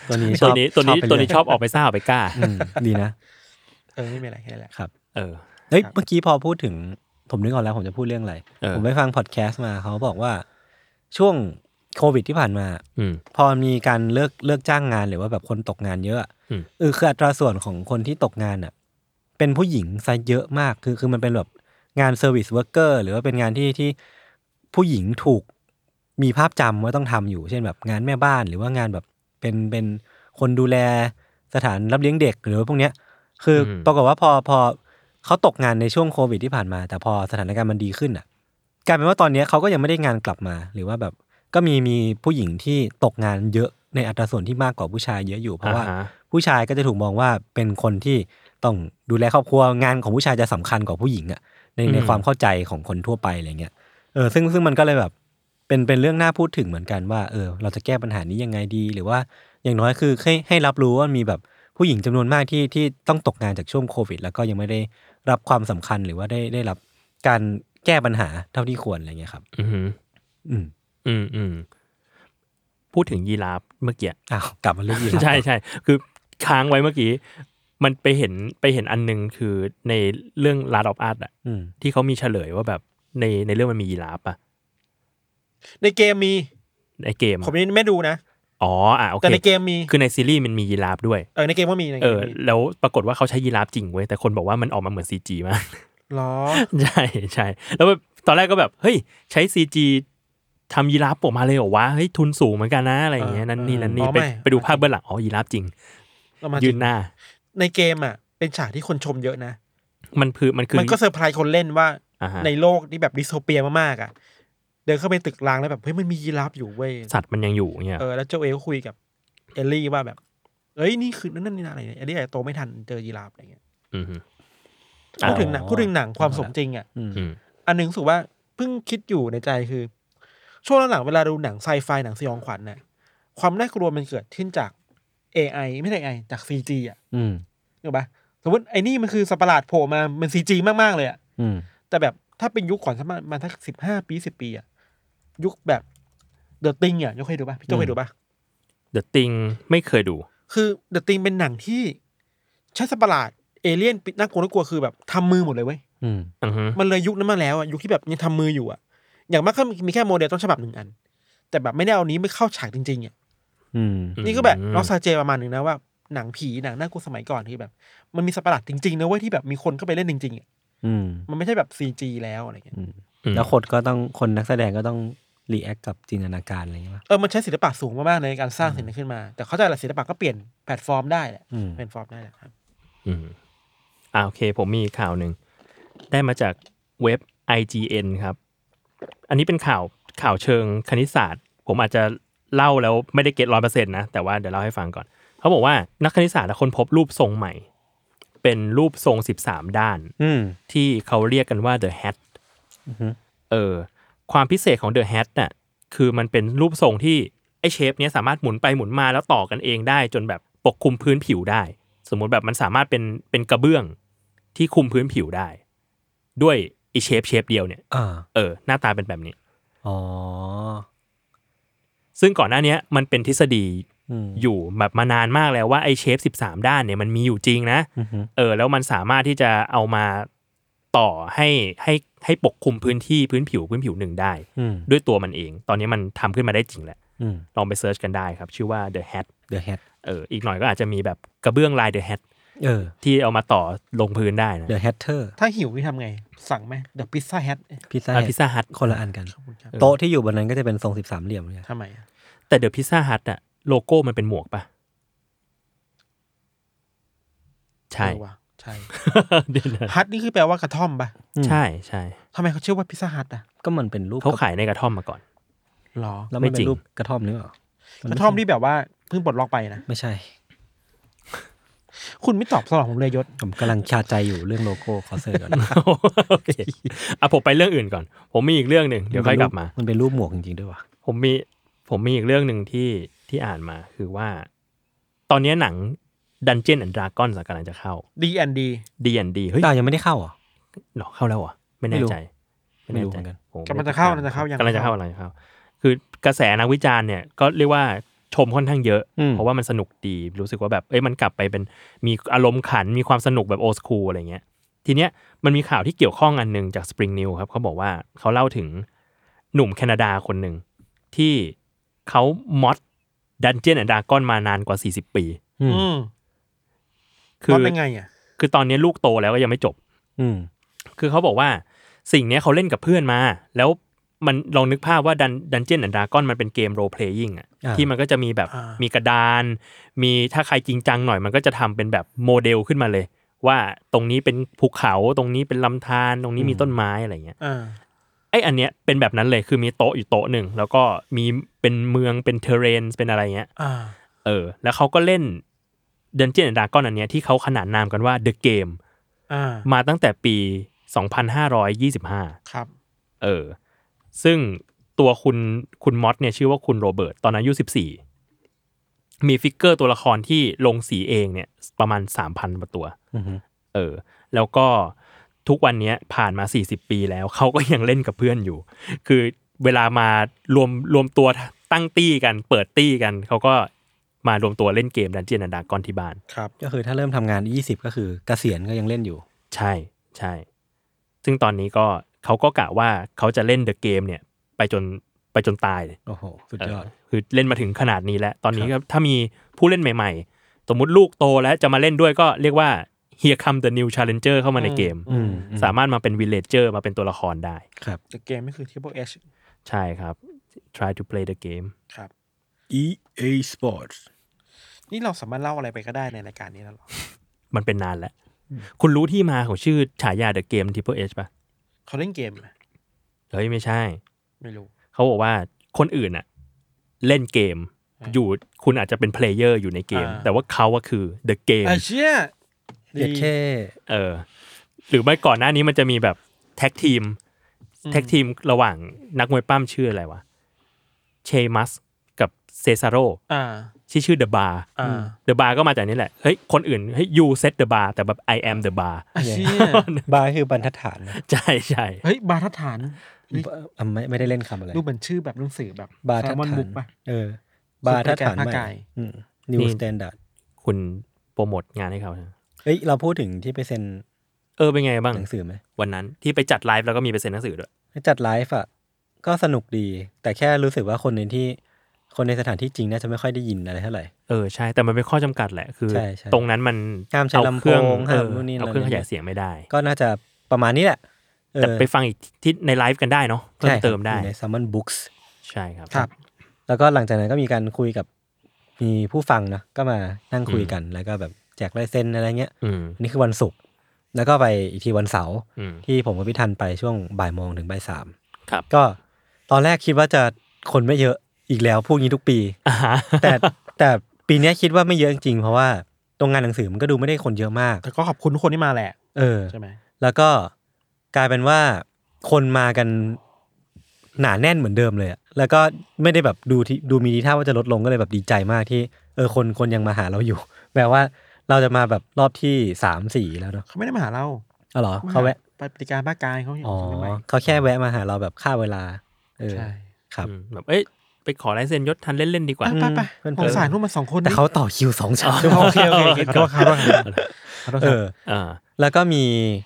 Speaker 2: ตัวนี้ช
Speaker 3: ตัว
Speaker 2: อบ
Speaker 3: นี้ตัวนี้
Speaker 2: ชไป
Speaker 3: ตัวนี้
Speaker 2: เรื่ย
Speaker 3: ชอบออกไปซ่าออกไปกล้า
Speaker 2: อืมดีนะ
Speaker 4: เออไม่เป็นไรแค่นั้นแหละ
Speaker 2: ครับ
Speaker 3: เออ
Speaker 2: เฮ้ย
Speaker 4: ครับ
Speaker 2: เมื่อกี้พอพูดถึง ผมนึกออกแล้วผมจะพูดเรื่องอะไร
Speaker 3: เออ
Speaker 2: ผมไปฟังพอดแคสต์มาเขาบอกว่าช่วงโควิดที่ผ่านมา
Speaker 3: อืม
Speaker 2: พอมีการเลิกเลิกจ้างงานหรือว่าแบบคนตกงานเยอะอะ
Speaker 3: อืม
Speaker 2: เออคืออัตราส่วนของคนที่ตกงานอ่ะ เป็นผู้หญิงซะเยอะมากคือคือมันเป็นแบบงานเซอร์วิสเวิร์กเกอร์หรือว่าเป็นงานที่ที่ผู้หญิงถูกมีภาพจำว่าต้องทำอยู่ เช่นแบบงานแม่บ้านหรือว่างานแบบเป็นเป็นคนดูแลสถานรับเลี้ยงเด็กหรือว่าพวกเนี้ย คืออ
Speaker 3: ม
Speaker 2: ปรากฏว่าพอพอเขาตกงานในช่วงโควิดที่ผ่านมา แต่พอสถานการณ์มันดีขึ้นอ่ะ กลายเป็นว่าตอนเนี้ยเขาก็ยังไม่ได้งานกลับมา หรือว่าแบบก็มีมีผู้หญิงที่ตกงานเยอะในอัตราส่วนที่มากกว่าผู้ชายเยอะอยู่เพราะว่า
Speaker 3: อ่าฮะ
Speaker 2: ผู้ชายก็จะถูกมองว่าเป็นคนที่ต้องดูแลครอบครัวงานของผู้ชายจะสำคัญกว่าผู้หญิงอะในใน
Speaker 3: อืม
Speaker 2: ความเข้าใจของคนทั่วไปอะไรเงี้ยเออซึ่งซึ่งมันก็เลยแบบ เป็นเป็นเรื่องน่าพูดถึงเหมือนกันว่าเออเราจะแก้ปัญหานี้ยังไงดี หรือว่าอย่างน้อยคือให้ให้รับรู้ว่ามีแบบผู้หญิงจำนวนมากที่ที่ต้องตกงานจากช่วงโควิด แล้วก็ยังไม่ได้รับความสำคัญหรือว่าได้ได้รับการแก้ปัญหาเท่าที่ควรอะไรเงี้ยครับ
Speaker 3: อือหือ
Speaker 2: อืม
Speaker 3: อืมอืมพูดถึงยีราฟเมื่อกี้
Speaker 2: อ้าวกลับมาเรื่องยีราฟ
Speaker 3: ใช่ใช่คือค้างไว้เมื่อกี้ มันไปเห็นไปเห็นอันหนึงคือในเรื่อง Last of Us อะ
Speaker 2: อืม
Speaker 3: ที่เขามีเฉลยว่าแบบในในเรื่องมันมียีราฟอะ
Speaker 4: ในเกมมี
Speaker 3: ในเกม
Speaker 4: ผ
Speaker 3: อะ
Speaker 4: มยังไม่ดูนะ
Speaker 3: อ๋ออ่ะโอเค
Speaker 4: แต่ในเกมมี
Speaker 3: คือในซีรีส์มันมียีราฟด้วย
Speaker 4: เออในเกมก็มีใน
Speaker 3: เอ
Speaker 4: เกม
Speaker 3: อ
Speaker 4: มี
Speaker 3: แล้วปรากฏว่าเขาใช้ยีราฟจริงเว้ยแต่คนบอกว่ามันออกมาเหมือนซีจีมาก
Speaker 4: หรอ
Speaker 3: ใช่ใช่แล้วแบบตอนแรกก็แบบ เฮ้ย ใช้ซีจีทำยีราฟออกมาเลยเหรอวะเฮ้ยทุนสูงเหมือนกันนะอะไรอย่างเงี้ยนั่นนี่นั่นนี่
Speaker 4: อ๋อ
Speaker 3: ไป
Speaker 4: ม่
Speaker 3: ไปดูภาพเบื้องหลังอ๋อยีราฟจริง
Speaker 4: เรามา
Speaker 3: ยื
Speaker 4: ถึ
Speaker 3: น
Speaker 4: ง
Speaker 3: หน้า
Speaker 4: ในเกมอ่ะ เป็นฉากที่คนชมเยอะนะ
Speaker 3: มันคือมันคือ
Speaker 4: มันก็เซอร์ไพรส์คนเล่นว่า
Speaker 3: อ่าฮะ
Speaker 4: ในโลกที่แบบดิสโทเปียมากๆอ่ะ เดินเข้าไปตึกรางแล้วแบบเฮ้ยมันมียีราฟอยู่เว้ย
Speaker 3: สัตว์มันยังอยู่เงี้ย
Speaker 4: เออแล้วโจเอลก็คุยกับเอลลี่ว่าแบบ เอ้ยนี่คือนั่นนั่นนี่นะอะไรเนี่ยเอลลี่อาจจะโตไม่ทันเจอยีราฟอะไรเงี้ย
Speaker 3: มฮึ
Speaker 4: พูดถึงหนังพูดถึงหนังความสมจริงอ่ะ
Speaker 2: อืม
Speaker 3: อืม
Speaker 4: อันหนึงรู้สุว่าเพิ่งคิดอยู่ในใจคือ ช่วงหลังๆเวลาดูหนังไซไฟหนังสยองขวัญเนี่ยความน่ากลัวมันเกิดขึ้นจาก AI ไม่ใช่ AI จาก CG อ่ะ
Speaker 2: อืม
Speaker 4: นึกออกปะสมมติไอ้นี่มันคือสัตว์ประหลาดโผล่มามัน CG มากๆเลยอ่ะ
Speaker 2: อืม
Speaker 4: แต่แบบถ้าเป็นยุคก่อนสักประมาณสักสิบห้าปีสิบปีอ่ะยุคแบบเดอะติงอ่ะยกให้ดูปะพี่โจเคยดูปะ
Speaker 3: เดอะติงไม่เคยดู
Speaker 4: คือเดอะติงเป็นหนังที่ใช้สัตว์ประหลาดเอเลี่ยนปิดน่ากลัวน่ากลัวคือแบบทำมือหมดเลยเว้ย
Speaker 2: อืม
Speaker 3: อือฮึ
Speaker 4: มันเลยยุคนั้นมาแล้วอะยุคที่แบบยังทำมืออยู่อะอย่างมากก็มีแค่โมเดลต้นฉบับหนึ่งอัน แต่แบบไม่ได้เอานี้ไม่เข้าฉากจริงๆอะ
Speaker 2: อืม
Speaker 4: นี่ก็แบบนอสซาเจประมาณหนึ่งนะว่าหนังผีหนังน่ากลัวสมัยก่อนที่แบบ มันมีสัตว์ประหลาดจริงๆนะเว้ยที่แบบมีคนเข้าไปเล่นจริงๆอะ
Speaker 2: อืม
Speaker 4: มันไม่ใช่แบบซีจีแล้วอะไรเงี้ย
Speaker 2: อืม
Speaker 3: อืม
Speaker 2: แล้วคนก็ต้องคนนักแสดงก็ต้องรีแอคกับจินตนาการอะไรอย่างเงี้ยป่ะ
Speaker 4: เออมันใช้ศิลปะสูงมากๆในการสร้างสิ่งนั้นขึ้นมา แต่เข้าใจแหละศิลปะก็เปลี่ยนแพลตฟอร์มได้แหละ
Speaker 2: อืม
Speaker 4: เป็นฟอร์มได้แหละครับ
Speaker 3: อืมอ่าโอเค ผมมีข่าวหนึ่ง ได้มาจากเว็บ IGN ครับ อันนี้เป็นข่าวข่าวเชิงคณิตศาสตร์ ผมอาจจะเล่าแล้วไม่ได้เก็ตร้อยเปอร์เซ็นต์นะ แต่ว่าเดี๋ยวเล่าให้ฟังก่อน เขาบอกว่านักคณิตศาสตร์และคนพบรูปทรงใหม่ เป็นรูปทรง 13 ด้าน
Speaker 2: อืม
Speaker 3: ที่เขาเรียกกันว่า The Hat
Speaker 2: อือฮึ
Speaker 3: เออ ความพิเศษของ The Hat น่ะ คือมันเป็นรูปทรงที่ไอ้เชฟเนี้ยสามารถหมุนไปหมุนมาแล้วต่อกันเองได้ จนแบบปกคลุมพื้นผิวได้ สมมุติแบบมันสามารถเป็นเป็นกระเบื้องที่คลุมพื้นผิวได้ ด้วย อีเชฟเชฟเดียวเนี่ย
Speaker 2: อ่า
Speaker 3: เออหน้าตาเป็นแบบนี้
Speaker 2: อ๋อ
Speaker 3: ซึ่งก่อนหน้าเนี้ยมันเป็นทฤษฎี
Speaker 2: อืม
Speaker 3: อยู่แบบมานานมากแล้วว่าไอเชฟ 13 ด้านเนี่ยมันมีอยู่จริงนะ
Speaker 2: อือฮึ
Speaker 3: เออแล้วมันสามารถที่จะเอามาต่อให้ให้ให้ปกคลุมพื้นที่พื้นผิวพื้นผิวหนึ่งได้
Speaker 2: อืม
Speaker 3: ด้วยตัวมันเอง ตอนนี้มันทำขึ้นมาได้จริงแหละ
Speaker 2: อืม
Speaker 3: ลองไปเซิร์ชกันได้ครับ ชื่อว่า The Hat
Speaker 2: The Hat
Speaker 3: เอออีกหน่อยก็อาจจะมีแบบกระเบื้องลาย The Hat
Speaker 2: เออ
Speaker 3: ที่เอามาต่อลงพื้นได้นะ
Speaker 2: The Hatter
Speaker 4: ถ้าหิวนี่ทำไง สั่งไหมเดอะพิซซ่าแฮท
Speaker 2: พิซซ่า
Speaker 3: อ่ะ Pizza Hut
Speaker 2: คนละอันกัน
Speaker 4: ขอบคุณครับ
Speaker 2: โต๊ะที่อยู่บนนั้นก็จะเป็นทรงสิบสามเหลี่ยมเลยอะ
Speaker 4: ทำไมอะ
Speaker 3: แต่เดอะพิซซ่าฮัทอะโลโก้มันเป็นหมวกปะใช่
Speaker 4: เออว่ะใช่
Speaker 3: เดี๋ยวนะ
Speaker 4: ฮัทนี่คือแปลว่ากระท่อมปะ
Speaker 3: ใช่ใช่
Speaker 4: ทำไมเขาเชื่อว่าพิซซ่าฮัทอ่ะ
Speaker 2: ก็มันเป็นรูป
Speaker 3: เขาขายในกระท่อมมาก่อน
Speaker 4: หรอ
Speaker 2: แล้วมันเป็
Speaker 3: ไม่จริง
Speaker 2: นรูปกระท่อมหรือเปล่า
Speaker 4: กระท่อมที่แบบว่าเพิ่งปลดล็อกไปนะ
Speaker 2: ไม่ใช่
Speaker 4: คุณไม่ตอบสนองผมเลยยศ
Speaker 2: ผมกำลังชาใจอยู่เรื่องโลโก้ขอเสิร์ชก่อน
Speaker 3: โอเคอ่ะผมไปเรื่องอื่นก่อน ผมมีอีกเรื่องหนึ่งเดี๋ยวค่อยกลับมา
Speaker 2: นเป็นรูปหมวกจริงๆด้วยวะ
Speaker 3: ผมมีผมมีอีกเรื่องหนึ่งที่ที่อ่านมาคือว่า ตอนนี้หนัง Dungeon and Dragon กำลังจะเข้า
Speaker 4: D and D
Speaker 3: D&D เฮ้ย
Speaker 2: ดาวยังไม่ได้เข้าเหรอ
Speaker 3: หรอเข้าแล้วเหรอไม่แน่ใจ
Speaker 2: ไม่รู้เหมือนกัน
Speaker 3: ผม
Speaker 4: กำลังจะเข้า
Speaker 3: ไม่ได้ติดตม
Speaker 4: กำลังจะเข้ายัง
Speaker 3: กำลังจะเข้ากำลังจะเข้า คือกระแสนักวิจารณ์เนี่ยก็เรียกว่าชมค่อนข้างเยอะ
Speaker 2: อืม
Speaker 3: เพราะว่ามันสนุกดีรู้สึกว่าแบบเอ้ยมันกลับไปเป็นมีอารมณ์ขันมีความสนุกแบบโอสคูลอะไรเงี้ย ทีเนี้ยมันมีข่าวที่เกี่ยวข้องอันหนึ่งจาก Spring New ครับเขาบอกว่าเขาเล่าถึงหนุ่มแคนาดาคนหนึ่ง ที่เขามอดดันเจียนแอนดากอนมานานกว่า 40 ปี
Speaker 2: อืม
Speaker 4: อืม
Speaker 3: คื
Speaker 4: มันเป็นไงอ่ะ
Speaker 3: คือตอนนี้ลูกโตแล้วก็ยังไม่จบ
Speaker 2: อืม
Speaker 3: คือเขาบอกว่าสิ่งเนี้ยเขาเล่นกับเพื่อนมา แล้วมันลองนึกภาพว่าดันดันเจียนแอนดากอนมันเป็นเกมโรเพลยิงอะ
Speaker 2: า
Speaker 3: ที่มันก็จะมีแบบ
Speaker 4: อ่ามี
Speaker 3: มีกระดาน มีถ้าใครจริงจังหน่อยมันก็จะทำเป็นแบบโมเดลขึ้นมาเลย ว่าตรงนี้เป็นภูเขาตรงนี้เป็นลำธารตรงนี้มีต้นไม้อะไรเงี้ย
Speaker 4: อ่า
Speaker 3: ไออันเนี้ยเป็นแบบนั้นเลยคือมีโต๊ะอยู่โต๊ะหนึ่งแล้วก็มีเป็นเมืองเป็นเทเรนเป็นอะไรเงี้ย
Speaker 4: อ่า
Speaker 3: เออ แล้วเขาก็เล่นเดนเจียนดากอนอันเนี้ยที่เขาขนานนามกันว่าเดอะเกม
Speaker 4: อ่า
Speaker 3: มาตั้งแต่ปี 2525
Speaker 4: ครับ
Speaker 3: เออ ซึ่งตัวคุณคุณมอสเนี่ยชื่อว่าคุณโรเบิร์ตตอนอายุ 14 มีฟิกเกอร์ตัวละครที่ลงสีเองเนี่ยประมาณ 3,000กว่าตัว
Speaker 2: อือฮึ
Speaker 3: เออแล้วก็ทุกวันเนี้ยผ่านมา 40 ปีแล้วเขาก็ยังเล่นกับเพื่อนอยู่ คือเวลามารวมรวมตัวตั้งตี้กัน เปิดตี้กันเขาก็มารวมตัวเล่นเกมดันเจียนดากอนที่บ้าน
Speaker 4: ครับ
Speaker 2: ก็คือถ้าเริ่มทำงาน 20 ก็คือเกษียณก็ยังเล่นอยู่
Speaker 3: ใช่ใช่ ซึ่งตอนนี้ก็เขาก็กะว่าเขาจะเล่นเดอะเกมเนี่ยไปจนไปจนตายเลย
Speaker 2: โอ้โห สุดยอด
Speaker 3: เออคือเล่นมาถึงขนาดนี้แล้ว ตอนนี้ก็ถ้ามีผู้เล่นใหม่ ๆ สมมติลูกโตแล้วจะมาเล่นด้วยก็เรียกว่า Here Come the New Challenger เข้ามาในเกม
Speaker 2: อืมอืม
Speaker 3: สามารถมาเป็นวิลเลจเจอร์มาเป็นตัวละครได้
Speaker 2: ครับ
Speaker 4: แต่เกมไม่คือที่พวกเอช
Speaker 3: ใช่ครับ try to play the game
Speaker 4: ครับ
Speaker 2: EA Sports
Speaker 4: นี่เราสามารถเล่าอะไรไปก็ได้ในรายการนี้แล้วเหรอ
Speaker 3: มันเป็นนานแล้ว คุณรู้ที่มาของชื่อฉายา The Game Triple H ป่ะ
Speaker 4: เขาเล่นเกมไหม
Speaker 3: เฮ้ย ไม่ใช่
Speaker 4: ไม่รู้
Speaker 3: เขาบอกว่าคนอื่นน่ะเล่นเกม
Speaker 4: อ่า
Speaker 3: อยู่คุณอาจจะเป็นเพลเยอร์อยู่ในเกม
Speaker 4: อ่า
Speaker 3: แต่ว่าเขาอะคือ The Game
Speaker 4: ไอ้เชี่ย
Speaker 2: เด็ดแค่
Speaker 3: เออหรือไม่ก่อนหน้านี้มันจะมีแบบแท็กทีม แท็กทีมระหว่างนักมวยปั้มชื่ออะไรวะเชมัสกับเซซาโร
Speaker 4: อ่า
Speaker 3: ที่ชื่อเดอะบาร์
Speaker 4: อ่า
Speaker 3: เดอะบาร์ก็มาจากนี่แหละเฮ้ยคนอื่นเฮ้ยยูเซตเดอะบาร์แต่แบบ I am the bar
Speaker 4: ไอ้เชี่ย
Speaker 2: บาร์คือบรรทัดฐานนะ
Speaker 3: ใช่ใช่
Speaker 4: เฮ้ย บาทัดฐาน
Speaker 2: บาร์อ่ะไม่ไม่ได้เล่นคำอะไร
Speaker 4: ดูเหมือนชื่อแบบหนังสือแบบ
Speaker 2: บาร์ทัด
Speaker 4: มอน
Speaker 2: ฐาน
Speaker 4: บุ๊กปะ
Speaker 2: เออ บาร์ทัดฐานใหม่
Speaker 4: ภาคกาย
Speaker 2: อืม New Standard
Speaker 3: คุณโปรโมทงานให้เขานะ
Speaker 2: เอ้ย เราพูดถึงที่ไปเซ็น
Speaker 3: เออเป็นไงบ้าง
Speaker 2: หนังสือไหม
Speaker 3: วันนั้นที่ไปจัดไลฟ์แล้วก็มีไปเซ็นหนังสือด้วย
Speaker 2: จัดไลฟ์อ่ะก็สนุกดี แต่แค่รู้สึกว่าคนในที่คนในสถานที่จริงน่าจะไม่ค่อยได้ยินอะไรเท่าไหร่
Speaker 3: เออใช่ แต่มันเป็นข้อจำกัดแหละคือ
Speaker 2: ใช่ใช่
Speaker 3: ตรงนั้นมัน
Speaker 2: ห้ามใช้ลำโพง
Speaker 3: เครื่เอ
Speaker 2: ห้าม
Speaker 3: อ
Speaker 2: นู่นนี่นั่น
Speaker 3: เอาเครื่องขยายเสียงไม่ได้
Speaker 2: ก็น่าจะประมาณนี้แหละเออ
Speaker 3: แต่ไปฟังอีกที่ในไลฟ์กันได้เนาะเพิ่
Speaker 2: ใช่ค
Speaker 3: ม
Speaker 2: รับ
Speaker 3: เติมได้
Speaker 2: อยู่ใน Salmon Books
Speaker 3: ใช่ครับ
Speaker 4: ครับ
Speaker 2: แล้วก็หลังจากนั้นก็มีการคุยกับมีผู้ฟังเนอะก็มานั่งคุยกัน แล้วก็แบบแจกลายเซ็นอะไรเงี้ย
Speaker 3: อืม
Speaker 2: อันนี่คือวันศุกร์แล้วก็ไปอีกทีวันเสาร์
Speaker 3: อืม
Speaker 2: ที่ผมกับพี่ทันไปช่วงบ่ายโมงถึงบ่ายสาม
Speaker 3: ครับ
Speaker 2: ก็ตอนแรกคิดว่าจะคนไม่เยอะอีกแล้วพูดงี้ทุก ปี
Speaker 3: อ่าฮะ
Speaker 2: แต่แต่ปีเนี้ยคิดว่าไม่เยอะจริงๆเพราะว่าตรงงานหนังสือมันก็ดูไม่ได้คนเยอะมาก
Speaker 4: แต่ก็ขอบคุณทุกคนที่มาแหละ
Speaker 2: เออ
Speaker 4: ใช่ไหม
Speaker 2: แล้วก็กลายเป็นว่าคนมากันหนาแน่นเหมือนเดิมเลยอะแล้วก็ไม่ได้แบบดูที่ดูมีทีท่าว่าจะลดลงก็เลยแบบดีใจมากที่ เออคนคนยังมาหาเราอยู่ แปลว่าเราจะมาแบบรอบที่สามสี่แล้วเนาะ
Speaker 4: เขาไม่ได้มาหาเรา
Speaker 2: อ๋อเหรอเขาแวะ
Speaker 4: ไปปฏิการภาคกลางเขาอยู่
Speaker 2: อ๋อ
Speaker 4: ใช่ไหม
Speaker 2: เขาแค่แวะมาหาเราแบบฆ่าเวลา เออ
Speaker 4: ใช่
Speaker 2: ครับ
Speaker 3: อืมแบบเอ้ยไปขอลายเซ็นยศทันเล่นๆดีกว่า
Speaker 4: ไปไป
Speaker 2: เพื่อนๆ
Speaker 4: สงสารพวกมันสองคน
Speaker 2: แต่เขาต่อคิวสองชาม
Speaker 4: นี่โอเคโอเคโอเคขอโทษครับขอโทษครับขอโทษค
Speaker 2: เอ
Speaker 4: รับ
Speaker 2: อ
Speaker 3: อ่า
Speaker 2: แล้วก็มี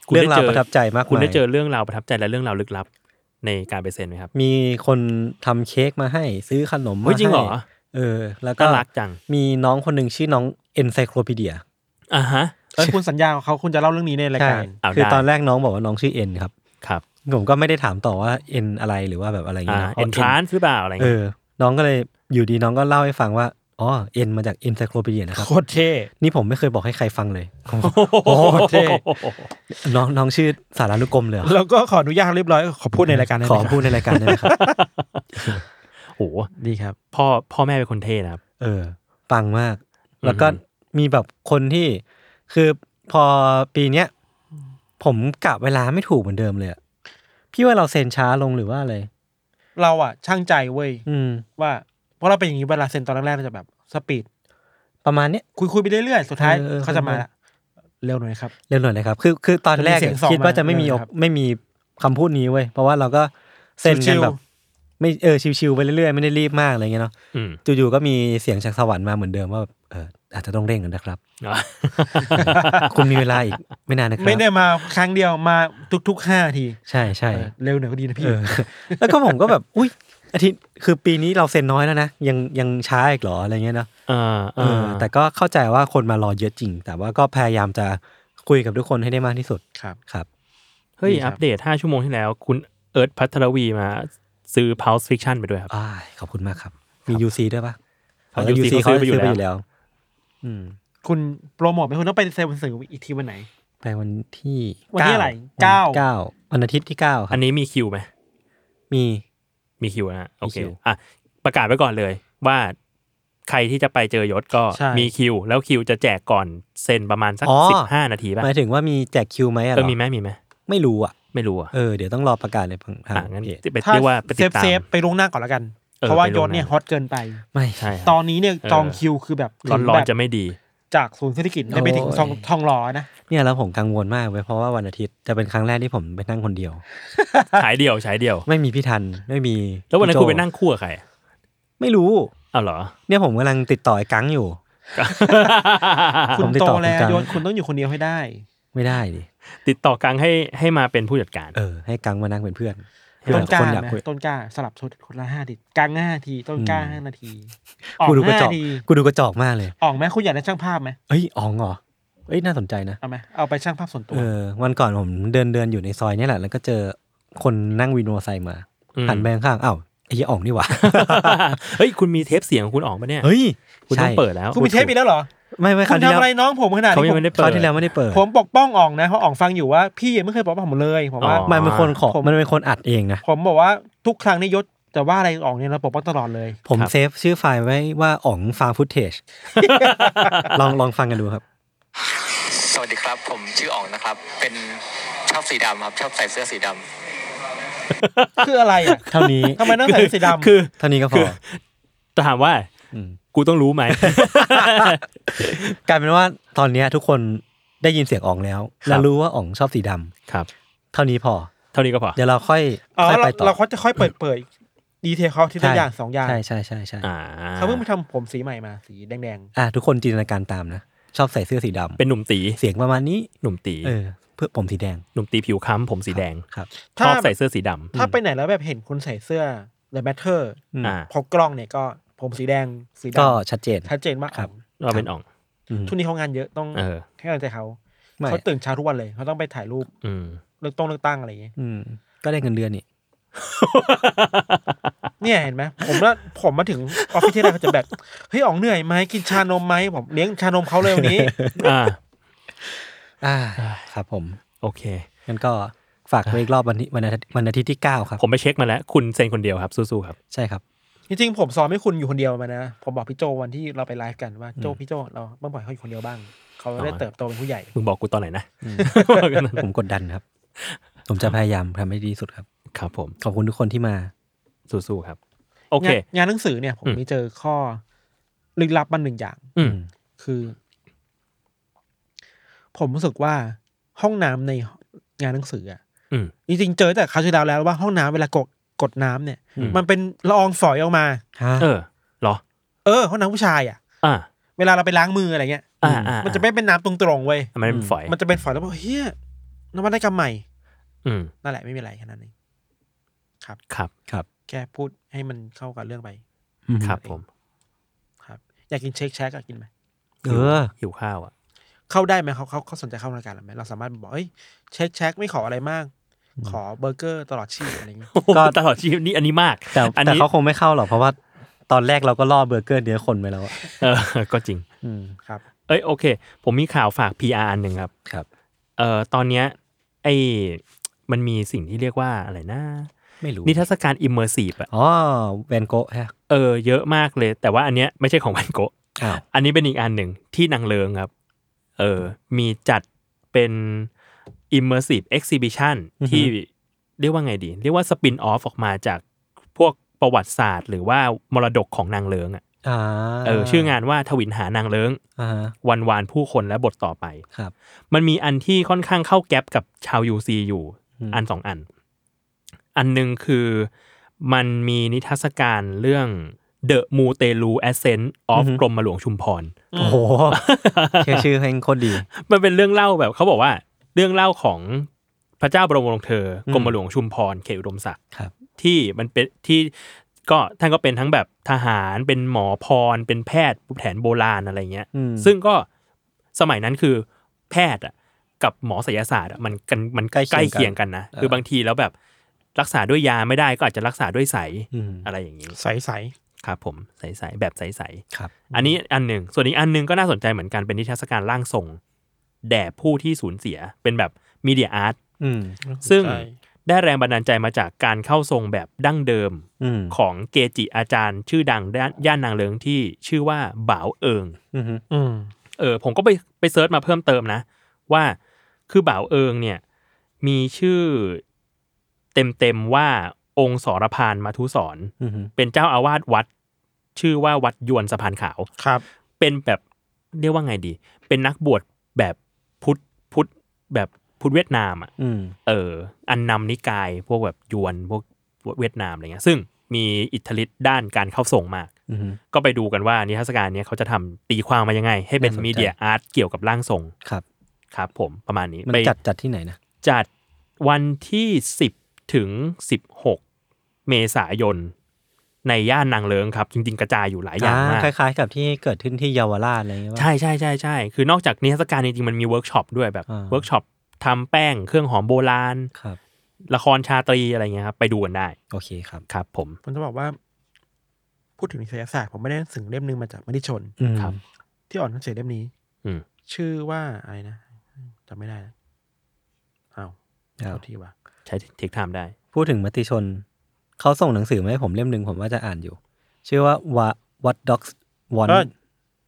Speaker 3: คุณ
Speaker 2: เรื่
Speaker 3: ได้
Speaker 2: องราว
Speaker 3: เจอ
Speaker 2: ประทับใจมากมาย
Speaker 3: คุณได้เจอเรื่องราวประทับใจและเรื่องราวลึกลับ ในการไปเซ็นไหมครับ
Speaker 2: มีคนทำเค้กมาให้ซื้อขนม
Speaker 3: เฮ้ย
Speaker 2: มา
Speaker 3: จริงเหรอ
Speaker 2: ให้เออ แล้วก็
Speaker 3: น่ารักจัง
Speaker 2: มีน้องคนหนึ่งชื่อน้องเอนไซโคลพีเดีย
Speaker 3: อ่าฮะ
Speaker 4: เอ้ยคุณสัญญากับเขาคุณจะเล่าเรื่องนี้ในรายการ
Speaker 3: เอา
Speaker 2: คือ
Speaker 3: ได้
Speaker 2: ตอนแรกน้องบอกว่าน้องชื่อเอ็นครับ
Speaker 3: ครับ
Speaker 2: ผมก็ไม่ได้ถามต่อว่าเอ็นอะไรหรือว่าแบบอะไรอย่าง
Speaker 3: อ่า
Speaker 2: เงี้ยะ
Speaker 3: เอนทรานหรือเปล่าอะไร
Speaker 2: เอ
Speaker 3: เงี้ย
Speaker 2: อ น้องก็เลยอยู่ดีน้องก็เล่าให้ฟังว่าอ๋อเอ็นมาจากเอนไซโคลพีเดียนะครับ
Speaker 4: โคตรเท่
Speaker 2: นี่ผมไม่เคยบอกให้ใครฟังเลย
Speaker 4: โอ้โหเท่
Speaker 2: น้องน้องชื่อสารานุกรมเลยเหรอ
Speaker 4: แล้วก็ขออนุญาตเรียบร้อยขอพูดในรายการได้ไห
Speaker 2: ข
Speaker 4: ม
Speaker 2: อพูดในรายการได้ไหม ครับ
Speaker 3: โอ้โห
Speaker 4: ดีครับ
Speaker 3: พ่อพ่อแม่เป็นคนเท่นะครับ
Speaker 2: เออปังมาก แล้วก็
Speaker 3: อือฮึ
Speaker 2: มีแบบคนที่คือพอปีเนี้ยผมกะเวลาไม่ถูกเหมือนเดิมเลยอะพี่ว่าเราเซ็นช้าลงหรือว่าอะไร
Speaker 4: เราอ่ะช่างใจเว้ย
Speaker 2: อืม
Speaker 4: ว่าเพราะเราเป็นอย่างนี้เวลาเซ็นตอนแรกๆเราจะแบบสปีด
Speaker 2: ประมาณเนี้ย
Speaker 4: คุยคุยไปเรื่อยๆสุดท้าย
Speaker 2: เออเออ
Speaker 4: เขาจะมาละเร็วหน่อยครับ
Speaker 2: เร็วหน่อยนะครับ คือคือตอนแรก
Speaker 4: จะมี
Speaker 2: อะ
Speaker 4: เสียงสอง
Speaker 2: คิดว่าจะไม่มี
Speaker 4: มา
Speaker 2: โอ
Speaker 4: ครับ
Speaker 2: ไม่มีคำพูดนี้เว้ยเพราะว่าเราก็เซ็นกันแบบไม่เออชิวๆไปเรื่อยๆไม่ได้รีบมากอะไรเงี้ยเนาะ
Speaker 3: อืม
Speaker 2: จู่ๆก็มีเสียงจากสวรรค์มาเหมือนเดิมว่าแบบเอออาจจะต้องเร่งกันนะครับ
Speaker 3: อ่ะ
Speaker 2: คุณมีเวลาอีกไม่นานนะครั
Speaker 4: ไม่ได้มาครั้งเดียวมาทุกๆห้าที
Speaker 2: ใช่ใช่
Speaker 4: เออเร็วหน่อยก็ดีนะพี่
Speaker 2: เออ แล้วก็ ผมก็แบบ อุ้ยอาทิตย์คือปีนี้เราเซ็นน้อยแล้วนะ ยังยังช้าอีกเหรออะไรเงี้ยเนาะ
Speaker 3: อ่า
Speaker 2: เออ แต่ก็เข้าใจว่าคนมารอเยอะจริง แต่ว่าก็พยายามจะคุยกับทุกคนให้ได้มากที่สุด
Speaker 4: ครับ
Speaker 2: ครับ
Speaker 3: เฮ้ย
Speaker 4: ดีครั
Speaker 3: อั
Speaker 4: บ
Speaker 3: ปเดต 5 ชั่วโมงที่แล้ว คุณเอิร์ธพัทรวีมาซื้อ Pulse Fiction ไปด้วยครับ
Speaker 2: อ้ายขอบคุณมากครับ มี UC ด้วยปะ
Speaker 3: อ๋อ UC เขาซื้อไปอยู่แล้ว
Speaker 2: อืม
Speaker 4: คุณโปรโมทไปคุณต้องไปเซ็นหนังสืออีกทีวันไหน
Speaker 2: ไปวันที่
Speaker 4: วันที่อะไร
Speaker 2: เก้า
Speaker 4: เก้า
Speaker 2: วันเก้าวันอาทิตย์ที่เก้าครั
Speaker 3: อั
Speaker 2: บ
Speaker 3: นนี้มีคิวไหม
Speaker 2: มี
Speaker 3: มีคิวนะฮะโอ
Speaker 2: มี
Speaker 3: เค
Speaker 2: คิว
Speaker 3: อ่ะประกาศไว้ก่อนเลย ว่าใครที่จะไปเจอยศก็
Speaker 4: ใช่
Speaker 3: มีคิว แล้วคิวจะแจกก่อนเซ็นประมาณสัก
Speaker 2: อ๋อ
Speaker 3: สิบห้านาทีป่ะ
Speaker 2: หมายถึงว่ามีแจกคิวไหมอะ
Speaker 3: เอ
Speaker 2: เหร
Speaker 3: อ
Speaker 2: อ
Speaker 3: มีไหมมีไหม
Speaker 2: ไม่รู้อ่ะ
Speaker 3: ไม่รู้อ่ะ
Speaker 2: เออเดี๋ยวต้องรอประกาศในทา
Speaker 3: อ่ะ
Speaker 2: ง
Speaker 3: งั้น
Speaker 2: เพจ
Speaker 3: ไปเรียกว่าไป
Speaker 4: เซ
Speaker 3: ติด
Speaker 4: ฟ
Speaker 3: ตาม
Speaker 4: เซฟไปลวงหน้าก่อนละกัน
Speaker 3: เออ
Speaker 4: เพราะว่า
Speaker 3: ไปล่
Speaker 4: ย
Speaker 3: ง
Speaker 4: วศเนี่
Speaker 3: ห
Speaker 4: ย
Speaker 3: น้า
Speaker 4: ฮอตเกินไป
Speaker 2: ไม่
Speaker 3: ใช่
Speaker 4: ตอนนี้เนี่ยจองคิวคือแบบ
Speaker 3: ร้อนร้อน
Speaker 4: แบบ
Speaker 3: ๆจะไม่ดี
Speaker 4: จากศูนย์เศรษฐกิจได้ไปถึงทองทองหล่อนะ
Speaker 2: เนี่ยแล้วผมกังวลมากเว้ยเพราะว่าวันอาทิตย์จะเป็นครั้งแรกที่ผมไปนั่งคนเดียว
Speaker 3: ฉายเดียวฉายเดียว
Speaker 2: ไม่มีพี่ทันไม่มี
Speaker 3: แล้ววันนั้น
Speaker 2: พี่
Speaker 3: คุ
Speaker 2: โจ
Speaker 3: ณไปนั่งคู่กับใครอ่ะ
Speaker 2: ไม่รู้
Speaker 3: เอาเหรอ
Speaker 2: เนี่ยผมกำลังติดต่อไอ้กังอยู่
Speaker 4: คุ
Speaker 2: ผ
Speaker 4: ณ
Speaker 2: มติด
Speaker 4: โต
Speaker 2: ต่อ
Speaker 4: แล้ว
Speaker 2: คุณจัง
Speaker 4: ยศคุณต้องอยู่คนเดียวให้ได้
Speaker 2: ไม่ได้ดิ
Speaker 3: ติดต่อกังให้ให้มาเป็นผู้จัดการ
Speaker 2: เออ ให้กังมานั่งเป็นเพื่อน
Speaker 4: ต้นกล้า
Speaker 2: คนอยาก
Speaker 4: ไหม
Speaker 2: คุย
Speaker 4: ต้นกล้าสลับชุดคนละห้าดิกลางห้าที ต้นกล้า
Speaker 2: อืม
Speaker 4: ห้านาทีออก
Speaker 2: กูดูกระ
Speaker 4: ห้า
Speaker 2: จอก
Speaker 4: ที
Speaker 2: กูดูกระจอกมากเลย
Speaker 4: ออกไหมคุณอยากได้ช่างภาพไหม
Speaker 2: เอ้ยอ๋องเหรอเอ้ยน่าสนใจนะ
Speaker 4: เอาไหมเอาไปช่างภาพส่วนตัว
Speaker 2: เออ วันก่อนผมเดินเดินอยู่ในซอยเนี่ยแหละ แล้วก็เจอคนนั่งวินมอเตอร์ไซค์มา
Speaker 3: อืม
Speaker 2: หันไปข้างๆอ้าวไอ้ยี่อ่อง นี่หว่า
Speaker 3: เฮ้ย คุณมีเทปเสียงของคุณออกปะเนี่ย
Speaker 2: เฮ้ย
Speaker 3: คุณต้อง
Speaker 2: ใช่
Speaker 3: เปิดแล้ว
Speaker 4: คุณมีเทปอีกแล้วเหรอ
Speaker 2: ไม่ไม่ค
Speaker 4: คุ
Speaker 2: ราว
Speaker 4: ณ
Speaker 2: ที่
Speaker 4: ทำ
Speaker 2: แล้ว
Speaker 4: อะไรน้องผมขนาด
Speaker 3: เขา
Speaker 4: นี้
Speaker 3: ยัง
Speaker 4: ผม
Speaker 3: ไม่ได้เปิด
Speaker 2: คราวที่แล้วไม่ได้เปิด
Speaker 4: ผมปกป้องอ่องนะเพราะอ่องฟังอยู่ว่าพี่ไม่เคยปกป้องผมเลยผมว่า
Speaker 3: อ๋อ
Speaker 2: มันเป็นคนขอ
Speaker 4: ผม
Speaker 2: มันเป็นคนอัดเองนะ
Speaker 4: ผมบอกว่าทุกครั้งนี่ยศแต่ว่าอะไรอ่องเนี่ยเราปกป้องตลอดเลย
Speaker 2: ผม
Speaker 3: ครับ
Speaker 2: เซฟชื่อไฟล์ไว้ว่าอ่องฟาร์ฟุตเทจ ลองลองฟังกันดูครับ
Speaker 5: สวัสดีครับ ผมชื่ออ๋องนะครับ เป็นชอบสีดำครับ ชอบใส่เสื้อสีดำ
Speaker 4: คืออะไรอ่ะ
Speaker 2: เท่านี้
Speaker 4: ทำไมต้องใส่เสื้อสีดำ
Speaker 3: คือ
Speaker 2: เท่านี้ก็พ
Speaker 3: คือ อ ถามว่า
Speaker 2: อืม
Speaker 3: กูต้องรู้ไหม
Speaker 2: กลายเป็นว่าตอนเนี้ยทุกคนได้ยินเสียงอ๋องแล้ว
Speaker 3: ครับ
Speaker 2: และรู้ว่าอ๋องชอบสีดำ
Speaker 3: ครับ
Speaker 2: เท่านี้พอ
Speaker 3: เท่านี้ก็พอ
Speaker 2: เดี๋ยวเราค่อย
Speaker 4: อ๋อ
Speaker 2: ค่อย
Speaker 4: เรา
Speaker 2: ไปต่อ
Speaker 4: เราเขาจะค่อยเปิดเผยดีเทลเขาที่ตัวอย่างสองอย่าง
Speaker 2: ใช่ใช่ใช่ใช่
Speaker 3: อ่า
Speaker 4: เขาเพิ่งไปทำผมสีใหม่มาสีแดง
Speaker 2: อ่ะทุกคนจินตนาการตามนะ ชอบใส่เสื้อสีดำ
Speaker 3: เป็นหนุ่มตี
Speaker 2: เสียงประมาณนี้
Speaker 3: หนุ่มตี
Speaker 2: เออ เพื่อผมสีแดง
Speaker 3: หนุ่มตีผิวค้ำผมสีแดง
Speaker 2: ครับ
Speaker 3: ช
Speaker 4: ๆถ้า
Speaker 3: อบใส่เสื้อสีดำ
Speaker 4: ถ้าไปไหนแล้วแบบเห็นคนใส่เสื้อ The Matter
Speaker 2: อืม
Speaker 3: อ่า
Speaker 4: พอกล้องเนี่ยก็ผมสีแดงสี
Speaker 2: ก็
Speaker 4: ดำ
Speaker 2: ชัดเจน
Speaker 4: ชัดเจนมาก
Speaker 2: ครับ
Speaker 3: เราเป็นอ่อง
Speaker 2: อืม
Speaker 4: ทุนนี้เขางานเยอะต้อง
Speaker 3: เออ
Speaker 4: ให้กำลังใจเขา
Speaker 2: ไม่
Speaker 4: เขาตื่นเช้าทุกวันเลยเขาต้องไปถ่ายรูป
Speaker 3: อืม
Speaker 4: เลือกต้องเลือกตั้งอะไรอย่างเงี้ย
Speaker 2: อืม ก็ได้เงินเดือนนี่
Speaker 4: เนี่ยเห็นไหมผมว่าผมมาถึงออฟฟิศที่ไรเขาจะแบบเฮ้ยอ๋องเหนื่อยไหมกินชานมไหมผมเลี้ยงชานมเขาเลยวันนี้
Speaker 3: อ่า
Speaker 2: อ่า ครับผม
Speaker 3: โอเค
Speaker 2: งั้นก็ฝากไว้อีกรอบวันที่วันอาทิตย์วันอาทิตย์ที่เก้าครับ
Speaker 3: ผมไปเช็คมาแล้ว คุณเซ็นคนเดียวครับ สู้ๆครับ
Speaker 2: ใช่ครับ
Speaker 4: จริงๆผมซ้อมให้คุณอยู่คนเดียวมานะ ผมบอกพี่โจวันที่เราไปไลฟ์กันว่าโจพี่โจเราเมื่อปล่อยเขาอยู่คนเดียวบ้าง เขาได้เติบโตเป็นผู้ใหญ่
Speaker 3: มึงบอกกูตอนไหน นะ
Speaker 2: ผมกดดันครับ ผมจะพยายามทำให้ดีที่สุดครับ
Speaker 3: ครับผม
Speaker 2: ขอบคุณทุกคนที่มา
Speaker 3: สู้ๆครับ โอเค
Speaker 4: งานงานหนังสือเนี่ย ผม
Speaker 3: อืม
Speaker 4: มีเจอข้อลึกลับมันหนึ่งอย่าง
Speaker 3: อืม
Speaker 4: คือ ผมรู้สึกว่าห้องน้ำใน งานหนังสืออ่ะ
Speaker 3: อืม
Speaker 4: จริงๆเจอแต่คราวที่แล้วแล้วว่าห้องน้ำเวลากดกดน้ำเนี่ย
Speaker 2: อืม
Speaker 4: มันเป็นละอองฝอยออกมา
Speaker 2: ฮะ
Speaker 3: เออเหรอ
Speaker 4: เออห้องน้ำผู้ชายอ่ะ
Speaker 3: อ่า
Speaker 4: เวลาเราไปล้างมืออะไรเงี้ย
Speaker 3: อ่าอ่า
Speaker 4: มันจะไม่เป็นน้ำตรงๆเว้ย
Speaker 3: มันเป็นฝอย
Speaker 4: มันจะเป็นฝอยแล้วบอกเฮียนวัตกรรมใหม่
Speaker 3: อืม
Speaker 4: นั่นแหละไม่มีอะไรแค่นั้นเอง
Speaker 3: ครับ
Speaker 4: แค่พูดให้มันเข้ากับเรื่องไป
Speaker 3: ครับผม
Speaker 4: ครับ อยากกินเชคแชกอะกินไหม
Speaker 2: เออ
Speaker 3: หิวข้าวอ่ะ
Speaker 4: เข้าได้ไหมเขาเขาเขาสนใจเข้ารายการเราไหมเราสามารถบอกเอ้ยเชคแชกไม่ขออะไรมาก ขอเบอร์เกอร์ตลอดชีพอะไรเงี้ย
Speaker 2: ก็
Speaker 3: ตลอดชีวิตนี่อันนี้มาก
Speaker 2: แต่
Speaker 3: อัน
Speaker 2: แต่
Speaker 3: นี้
Speaker 2: เขาคงไม่เข้าหรอกเพราะว่าตอนแรกเราก็ล่อเบอร์เกอร์เนื้อคนไปแล้วอะ
Speaker 3: เออก็จริง
Speaker 2: อืม
Speaker 4: ครับ
Speaker 3: เอ้ยโอเค ผมมีข่าวฝาก PR อันหนึ่งครับ
Speaker 2: ครับ
Speaker 3: เอ่อตอนเนี้ยไอ้มันมีสิ่งที่เรียกว่าอะไรนะ
Speaker 2: ไม่รู้
Speaker 3: นิทรรศการ immersive อะ
Speaker 2: อ๋อแวนโกะฮะ
Speaker 3: เออเยอะมากเลย แต่ว่าอันเนี้ยไม่ใช่ของวันโกะ
Speaker 2: อ้าว
Speaker 3: อันนี้เป็นอีกอันหนึ่งที่นางเลิงครับ เออมีจัดเป็น immersive exhibition ที่เรียกว่าไงดี เรียกว่า spin off ออกมาจากพวกประวัติศาสตร์ หรือว่ามรดกของนางเลิงอะ
Speaker 2: อ่า
Speaker 3: เออชื่องานว่าทวินหานางเลิง
Speaker 2: อ่าฮะ
Speaker 3: วันวานผู้คนและบทต่อไป
Speaker 2: ครับ
Speaker 3: มันมีอันที่ค่อนข้างเข้าแก๊ปกับชาว UC อยู่ อันสองอัน อันหนึ่งคือมันมีนิทรรศการเรื่อง The m u t e l u Ascent of กรมหลวงชุมพร
Speaker 2: โอ้ โหแค่ชื่อเพลงโคตรดี
Speaker 3: มันเป็นเรื่องเล่าแบบเขาบอกว่า เรื่องเล่าของพระเจ้าบรมวงศ์เธอกรมหลวงชุมพรเขตอุดมศักดิ์
Speaker 2: ครับ
Speaker 3: ที่มันเป็นที่ก็ท่านก็เป็นทั้งแบบทหารเป็นหมอพร เป็นแพทย์แผนโบราณอะไรเงี้ย
Speaker 2: อืม
Speaker 3: ซึ่งก็สมัยนั้นคือแพทย์อะกับหมอศัลยศาสตร์อะมันกันมัน
Speaker 2: ใกล้เคียงกัน
Speaker 3: ใกล้เคียงกันนะ คือบางทีแล้วแบบรักษาด้วยยาไม่ได้ก็อาจจะรักษาด้วยใส
Speaker 2: อืม
Speaker 3: อะไรอย่างนี้
Speaker 4: ใส
Speaker 3: ครับผมใสๆแบบใสๆ
Speaker 2: ครับ
Speaker 3: อันนี้อันหนึ่ง ส่วนอีกอันหนึ่งก็น่าสนใจเหมือนกันเป็นนิทรรศการร่างทรง แด่ผู้ที่สูญเสียเป็นแบบมีเดียอาร์ต
Speaker 2: อืม
Speaker 4: ๆ
Speaker 3: ซึ่ง
Speaker 4: ใช่
Speaker 3: ได้แรงบันดาลใจมาจากการเข้าทรงแบบดั้งเดิม
Speaker 2: อืม
Speaker 3: ของเกจิอาจารย์ ชื่อดังด้านย่านนางเลิงที่ชื่อว่าบ่าวเอิง
Speaker 2: อืม
Speaker 4: อืม
Speaker 3: เออผมก็ไปไปเซิร์ชมาเพิ่มเติมนะ ว่าคือบ่าวเอิงเนี่ยมีชื่อเต็มๆว่าองค์สรพานมาทุสอน
Speaker 2: อืม
Speaker 3: เป็นเจ้าอาวาสวัด ชื่อว่าวัดยวนสะพานขาว
Speaker 4: ครับ
Speaker 3: เป็นแบบเรียกว่าไงดี เป็นนักบวชแบบพุทธพุทธแบบพุทธเวียดนามอ่ะ
Speaker 2: อืม
Speaker 3: เออ อันนำนิกายพวกแบบยวนพวกเวียดนามอะไรเงี้ย ซึ่งมีอิทธิฤทธิ์ด้านการเข้าส่งมาก
Speaker 2: อืม
Speaker 3: ก็ไปดูกันว่านิทรรศการเนี้ยเขาจะทำตีความมายังไง ให้เป็น
Speaker 2: น่าสนใจ
Speaker 3: มีเดียอาร์ตเกี่ยวกับร่างทรง
Speaker 2: ครับ
Speaker 3: ครับผมประมาณนี้
Speaker 2: มัน
Speaker 3: ไป
Speaker 2: จัดจัดที่ไหนนะ
Speaker 3: จัดวันที่ 10 ถึง 16 เมษายน ในย่านนางเลิงครับ จริง ๆ กระจายอยู่หลายอย่างมาก
Speaker 2: คล้าย ๆ กับที่เกิดขึ้นที่เยาวราชอะไรอย่างเงี้ยป่ะ
Speaker 3: ใช่ใช่ใช่ใช่คือนอกจากนิทรรศการจริงๆมันมีเวิร์กช็อปด้วยแบบ
Speaker 2: อ่า
Speaker 3: เวิร์กช็อปทำแป้งเครื่องหอมโบราณ
Speaker 2: ครับ
Speaker 3: ละครชาตรีอะไรเงี้ยครับ ไปดูกันได้
Speaker 2: โอเคครับ
Speaker 3: ครับผม
Speaker 4: ผมจะบอกว่า พูดถึงนิตยศาสตร์ผมไม่ได้หนังสือเล่มหนึ่งมาจากมติชน
Speaker 2: อืม
Speaker 3: ครับ
Speaker 4: ที่อ่อนหนังสือเล่มนี้
Speaker 3: อืม
Speaker 4: ชื่อว่าอะไรนะจำไม่ได้นะอ้าว
Speaker 2: ครั
Speaker 4: โท
Speaker 2: บ
Speaker 4: ษทีว่ะ
Speaker 3: ใช้เทคไทม์ได้
Speaker 2: พูดถึงมติชน เขาส่งหนังสือมาให้ผมเล่มหนึ่งผมว่าจะอ่านอยู่ ชื่อว่า Wha- What Dogs
Speaker 4: เออ
Speaker 2: Want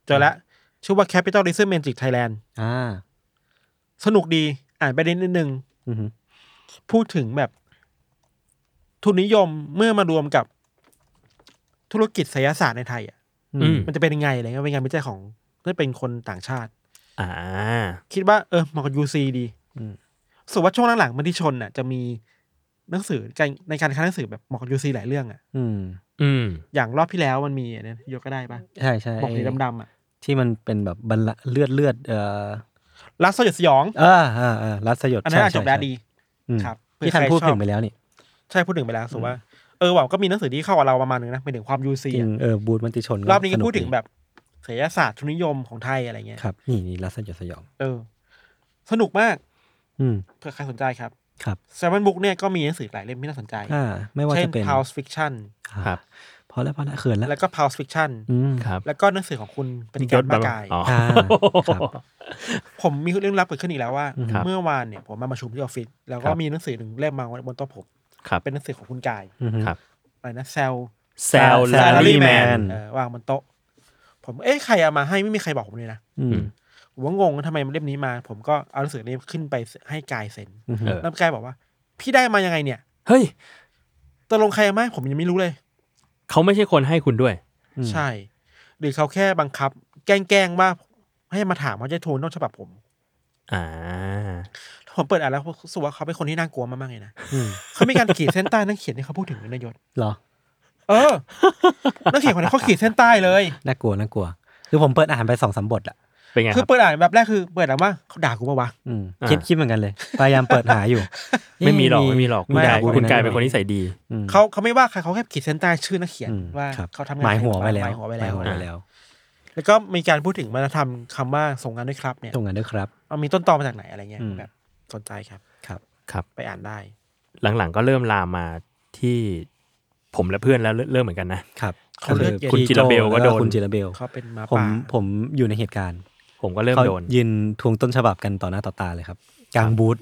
Speaker 4: เจอละชื่อว่า Capitalism Magic Thailand
Speaker 2: อ่า
Speaker 4: สนุกดีอ่านไปได้นิดนึง
Speaker 2: อืม
Speaker 4: พูดถึงแบบ ทุนนิยมเมื่อมารวมกับธุรกิจไสยศาสตร์ในไทยอ่ะ
Speaker 3: อืม
Speaker 4: มันจะเป็นยังไงอะไรเงี้ยเป็นงานวิจัยของนั่นเป็นคนต่างชาติ
Speaker 3: อ่า
Speaker 4: คิดว่าเออเหมาะกับยูซีดีรู้สุว่าช่วงหลังๆมันที่ชนน่ะ จะมีหนังสือการในการค้าหนังสือแบบเหมาะกับยูซีหลายเรื่องอ่ะ
Speaker 2: อืม
Speaker 3: อืม
Speaker 4: อย่างรอบที่แล้วมันมีอันเนี่ยยกก็ได้ปะ
Speaker 2: ใช่ใช่
Speaker 4: บอกสี
Speaker 2: ไอ้
Speaker 4: ดำๆอ่ะ
Speaker 2: ที่มันเป็นแบบบรรละเลือดเลือดเอ่อ
Speaker 4: รัสสยดสยอง
Speaker 2: อ่าอ่าอ่ารัฐสยด
Speaker 4: อันนั้นอ่ะจ
Speaker 2: ใช่
Speaker 4: บ
Speaker 2: ใช่
Speaker 4: แล้วดี
Speaker 2: อืม
Speaker 4: ครับ
Speaker 2: ที่ท่านพู
Speaker 4: เผื่อใคร
Speaker 2: ด
Speaker 4: ชอบ
Speaker 2: ถึงไปแล้วนี่
Speaker 4: ใช่พูดถึงไปแล้วรู้สุว่าเออหว่าก็มีหนังสือที่เข้ากับเราประมาณนึงนะไปถึงความยูซี
Speaker 2: จริงเออบูธมติชน
Speaker 4: รอบนี้ก็พูด
Speaker 2: ส
Speaker 4: ถึงแบบศิลปศาสตร์ทุนนิยมของไทยอะไรเงี้ย
Speaker 2: ครับ นี่นี่รัฐสยดสยอง
Speaker 4: เออ สนุกมาก
Speaker 2: อืม
Speaker 4: เผื่อใครสนใจครับ
Speaker 2: ครับ
Speaker 4: เซเว่นบุ๊กเนี่ยก็มีหนังสือหลายเล่มที่น่าสนใจ
Speaker 2: อ่า ไม่ว่า
Speaker 4: เช่
Speaker 2: จะ
Speaker 4: น
Speaker 2: เป็น
Speaker 4: House Fiction
Speaker 3: ครับ
Speaker 2: พอแล้วพอแล้วเขินแล้ว
Speaker 4: แล้วก็ House Fiction
Speaker 2: อืม
Speaker 3: ครับ
Speaker 4: แล้วก็หนังสือของคุณปฏิการมากาย
Speaker 3: อ๋อ
Speaker 2: อ่าครับ
Speaker 4: ผมมีเรื่องลับเกิดขึ้นอีกแล้วว่า
Speaker 2: ครับ
Speaker 4: เมื่อวานเนี่ยผมมาประชุมที่ออฟฟิศแล้ว
Speaker 3: ค
Speaker 4: ก็
Speaker 3: รับ
Speaker 4: มีหนังสือหนึ่งเล่มมางไว้บนโต๊ะผม
Speaker 3: ครับ
Speaker 4: เป็นหนังสือของคุณกาย
Speaker 2: อืม
Speaker 3: ครับ
Speaker 4: อะไรนะแซล
Speaker 3: แซล
Speaker 2: Salaryman
Speaker 3: ลารีแมน
Speaker 2: Salaryman
Speaker 4: วางบนโต๊ะ ผมเอ๊ะใครเอามาให้ไม่มีใครบอกผมเลยนะ
Speaker 2: อืม
Speaker 4: ผมว่างงว่าทำไมเล่มนี้มา ผมก็เอาหนังสือเล่มขึ้นไปให้กายเซ็น
Speaker 2: อืม
Speaker 3: เออ
Speaker 4: แล้วกายบอกว่า พี่ได้มายังไงเนี่ย
Speaker 3: เฮ้ย
Speaker 4: ตกลงใครเอามาให้ผมยังไม่รู้เลย
Speaker 3: เขาไม่ใช่คนให้คุณด้วย
Speaker 4: ใช่ หรือเขาแค่บังคับ แกล้งๆว่าให้มาถามเขาจะโทนต้นฉบับผม
Speaker 3: อ่า
Speaker 4: ท ผมเปิดอ่านแล้วผมรู้สึกว่าเขาเป็นคนที่น่ากลัวมากๆเลยนะ
Speaker 2: อืม
Speaker 4: เขามีการขีดเส้นใต้นั่งเขียนที่เขาพูดถึงเลยนายศ
Speaker 2: เหรอ
Speaker 4: เออนักเขียนคนนี้นเขาขีดเส้นใต้เลย
Speaker 2: น่ากลัวน่ากลัว คือผมเปิดอ่านไปสองสามบทอะ
Speaker 3: เป็นไงค
Speaker 4: คือ
Speaker 3: รับ
Speaker 4: เปิดอ่านแบบแรกคือเปิดอ่านว่าเขาด่ากูปะวะ
Speaker 2: อืม
Speaker 3: อ่า
Speaker 2: คิดคิดเหมือนกันเลย พยายามเปิดหาอยู่
Speaker 3: ไม่มีหรอกไม่มีหรอกคุณ
Speaker 2: ไม่ไม่
Speaker 3: กายคุณกายเป็น
Speaker 2: ไม่
Speaker 3: คนนิสัยดี
Speaker 2: อืม
Speaker 4: เขาเขาไม่ว่าใครเขาแค่ขีดเส้นใต้ชื่อนักเขียน
Speaker 2: อืม
Speaker 4: ว่า
Speaker 2: ครับ
Speaker 4: เขาทำงาน
Speaker 2: หมายหัวไว้แล้ว
Speaker 4: หมายหัวไว้แล้ว
Speaker 2: หมายหัวไว้แล้ว
Speaker 4: แล้วก็มีการพูดถึงวัฒนธรรมคำว่าส่งงานด้วยครับเนี่ย
Speaker 2: ตรงนั้นด้วยครับ
Speaker 4: เอามีต้นตอมาจากไหนอะไรเงี้ย
Speaker 2: อืม
Speaker 4: แบบสนใจครับ
Speaker 2: ครับ
Speaker 3: ครับ
Speaker 4: ไปอ่านได้
Speaker 3: หลังๆก็เริ่มลามมาที่ผมและเพื่อนแล้วเริ่มเริ่มเหมือนกันนะ
Speaker 2: ครับ
Speaker 4: เขาเลือก
Speaker 2: อ
Speaker 4: คุณ
Speaker 2: พี่
Speaker 3: จิรเบล
Speaker 2: โ
Speaker 3: ก็โดน
Speaker 2: แคุณจิรเบล
Speaker 4: เขาเป็นหมา
Speaker 2: ผม
Speaker 4: ป่า
Speaker 2: ผมอยู่ในเหตุการณ์
Speaker 3: ผมก็เริ่ม
Speaker 2: เขา
Speaker 3: โดน
Speaker 2: ยืนทวงต้นฉบับกันต่อหน้าต่อตาเลยครับกลางบูธ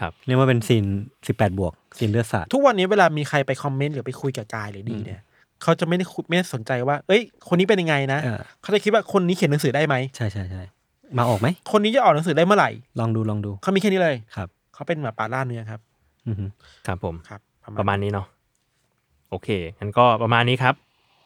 Speaker 3: ครับ
Speaker 2: เรียกว่าเป็นซีนสิบแปดบวกซีนเลือดสาด
Speaker 4: ทุกวันนี้เวลามีใครไปคอมเมนต์หรือไปคุยกับกายหรือดีเนี่ยเขาจะไม่ได้คุยไม่ได้สนใจว่า เอ้ย คนนี้เป็นยังไงนะ
Speaker 2: เออ
Speaker 4: เขาจะคิดว่าคนนี้เขียนหนังสือได้ไหม
Speaker 2: ใช่ใช่ใช่มาออกไหม
Speaker 4: คนนี้จะออกหนังสือได้เมื่อไหร่
Speaker 2: ลองดูลองดู
Speaker 4: เขามีแค่นี้เลย
Speaker 2: ครับ
Speaker 4: เขาเป็นหมาป่าล่าเนื้อครับ
Speaker 2: อือฮึ
Speaker 3: ครับผม
Speaker 4: ครับ
Speaker 3: ประมาณนี้เนาะโอเคงั้นก็ประมาณนี้ครับ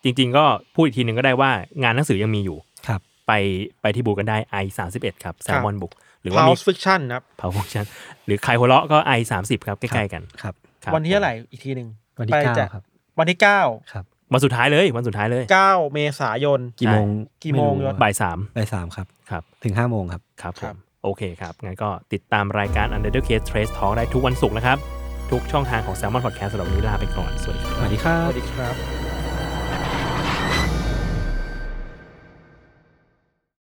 Speaker 3: จริง ๆ ก็พูดอีกทีหนึ่งก็ได้ว่างานหนังสือยังมีอยู่
Speaker 2: ครับ
Speaker 3: ไปไปที่บูธกันได้ i 3 1ครับแซลมอนบุกหรือว่า
Speaker 4: พาว
Speaker 3: มี
Speaker 4: ส์ฟิคชั่นนะครับ
Speaker 3: เผาฟงชันหรือใครหัวเราะก็ i 3 0ครับใกล้ๆกัน
Speaker 2: ครับ
Speaker 3: คบ
Speaker 4: วันที่เท่าไหร่อีกทีหนึ่ง
Speaker 2: วันที่
Speaker 4: ไป
Speaker 2: เก้า
Speaker 4: จาก
Speaker 2: ครับ
Speaker 4: วันที่เก้า
Speaker 2: ครับ
Speaker 3: วันสุดท้ายเลยวันสุดท้ายเลย
Speaker 4: เก้าเมษายน
Speaker 2: กี่โมง
Speaker 4: กี่โมง
Speaker 2: ไรู้อะ
Speaker 3: บ่ายสาม
Speaker 2: บ่ายสามครับ
Speaker 3: ครับ
Speaker 2: ถึงห้าโมงครับ
Speaker 3: ครับผ
Speaker 4: ครั
Speaker 3: ม
Speaker 4: บ
Speaker 3: โอเคครับ งั้นก็ติดตามรายการ Under the Case Trace Talk ได้ทุกวันศุกร์นะครับ ทุกช่องทางของ Salmon Podcast สำหรับวันนี้ลาไปก่อน สวัสดีครับ
Speaker 2: สวัสดีครั
Speaker 4: ส
Speaker 2: บ
Speaker 4: วัสดีครับ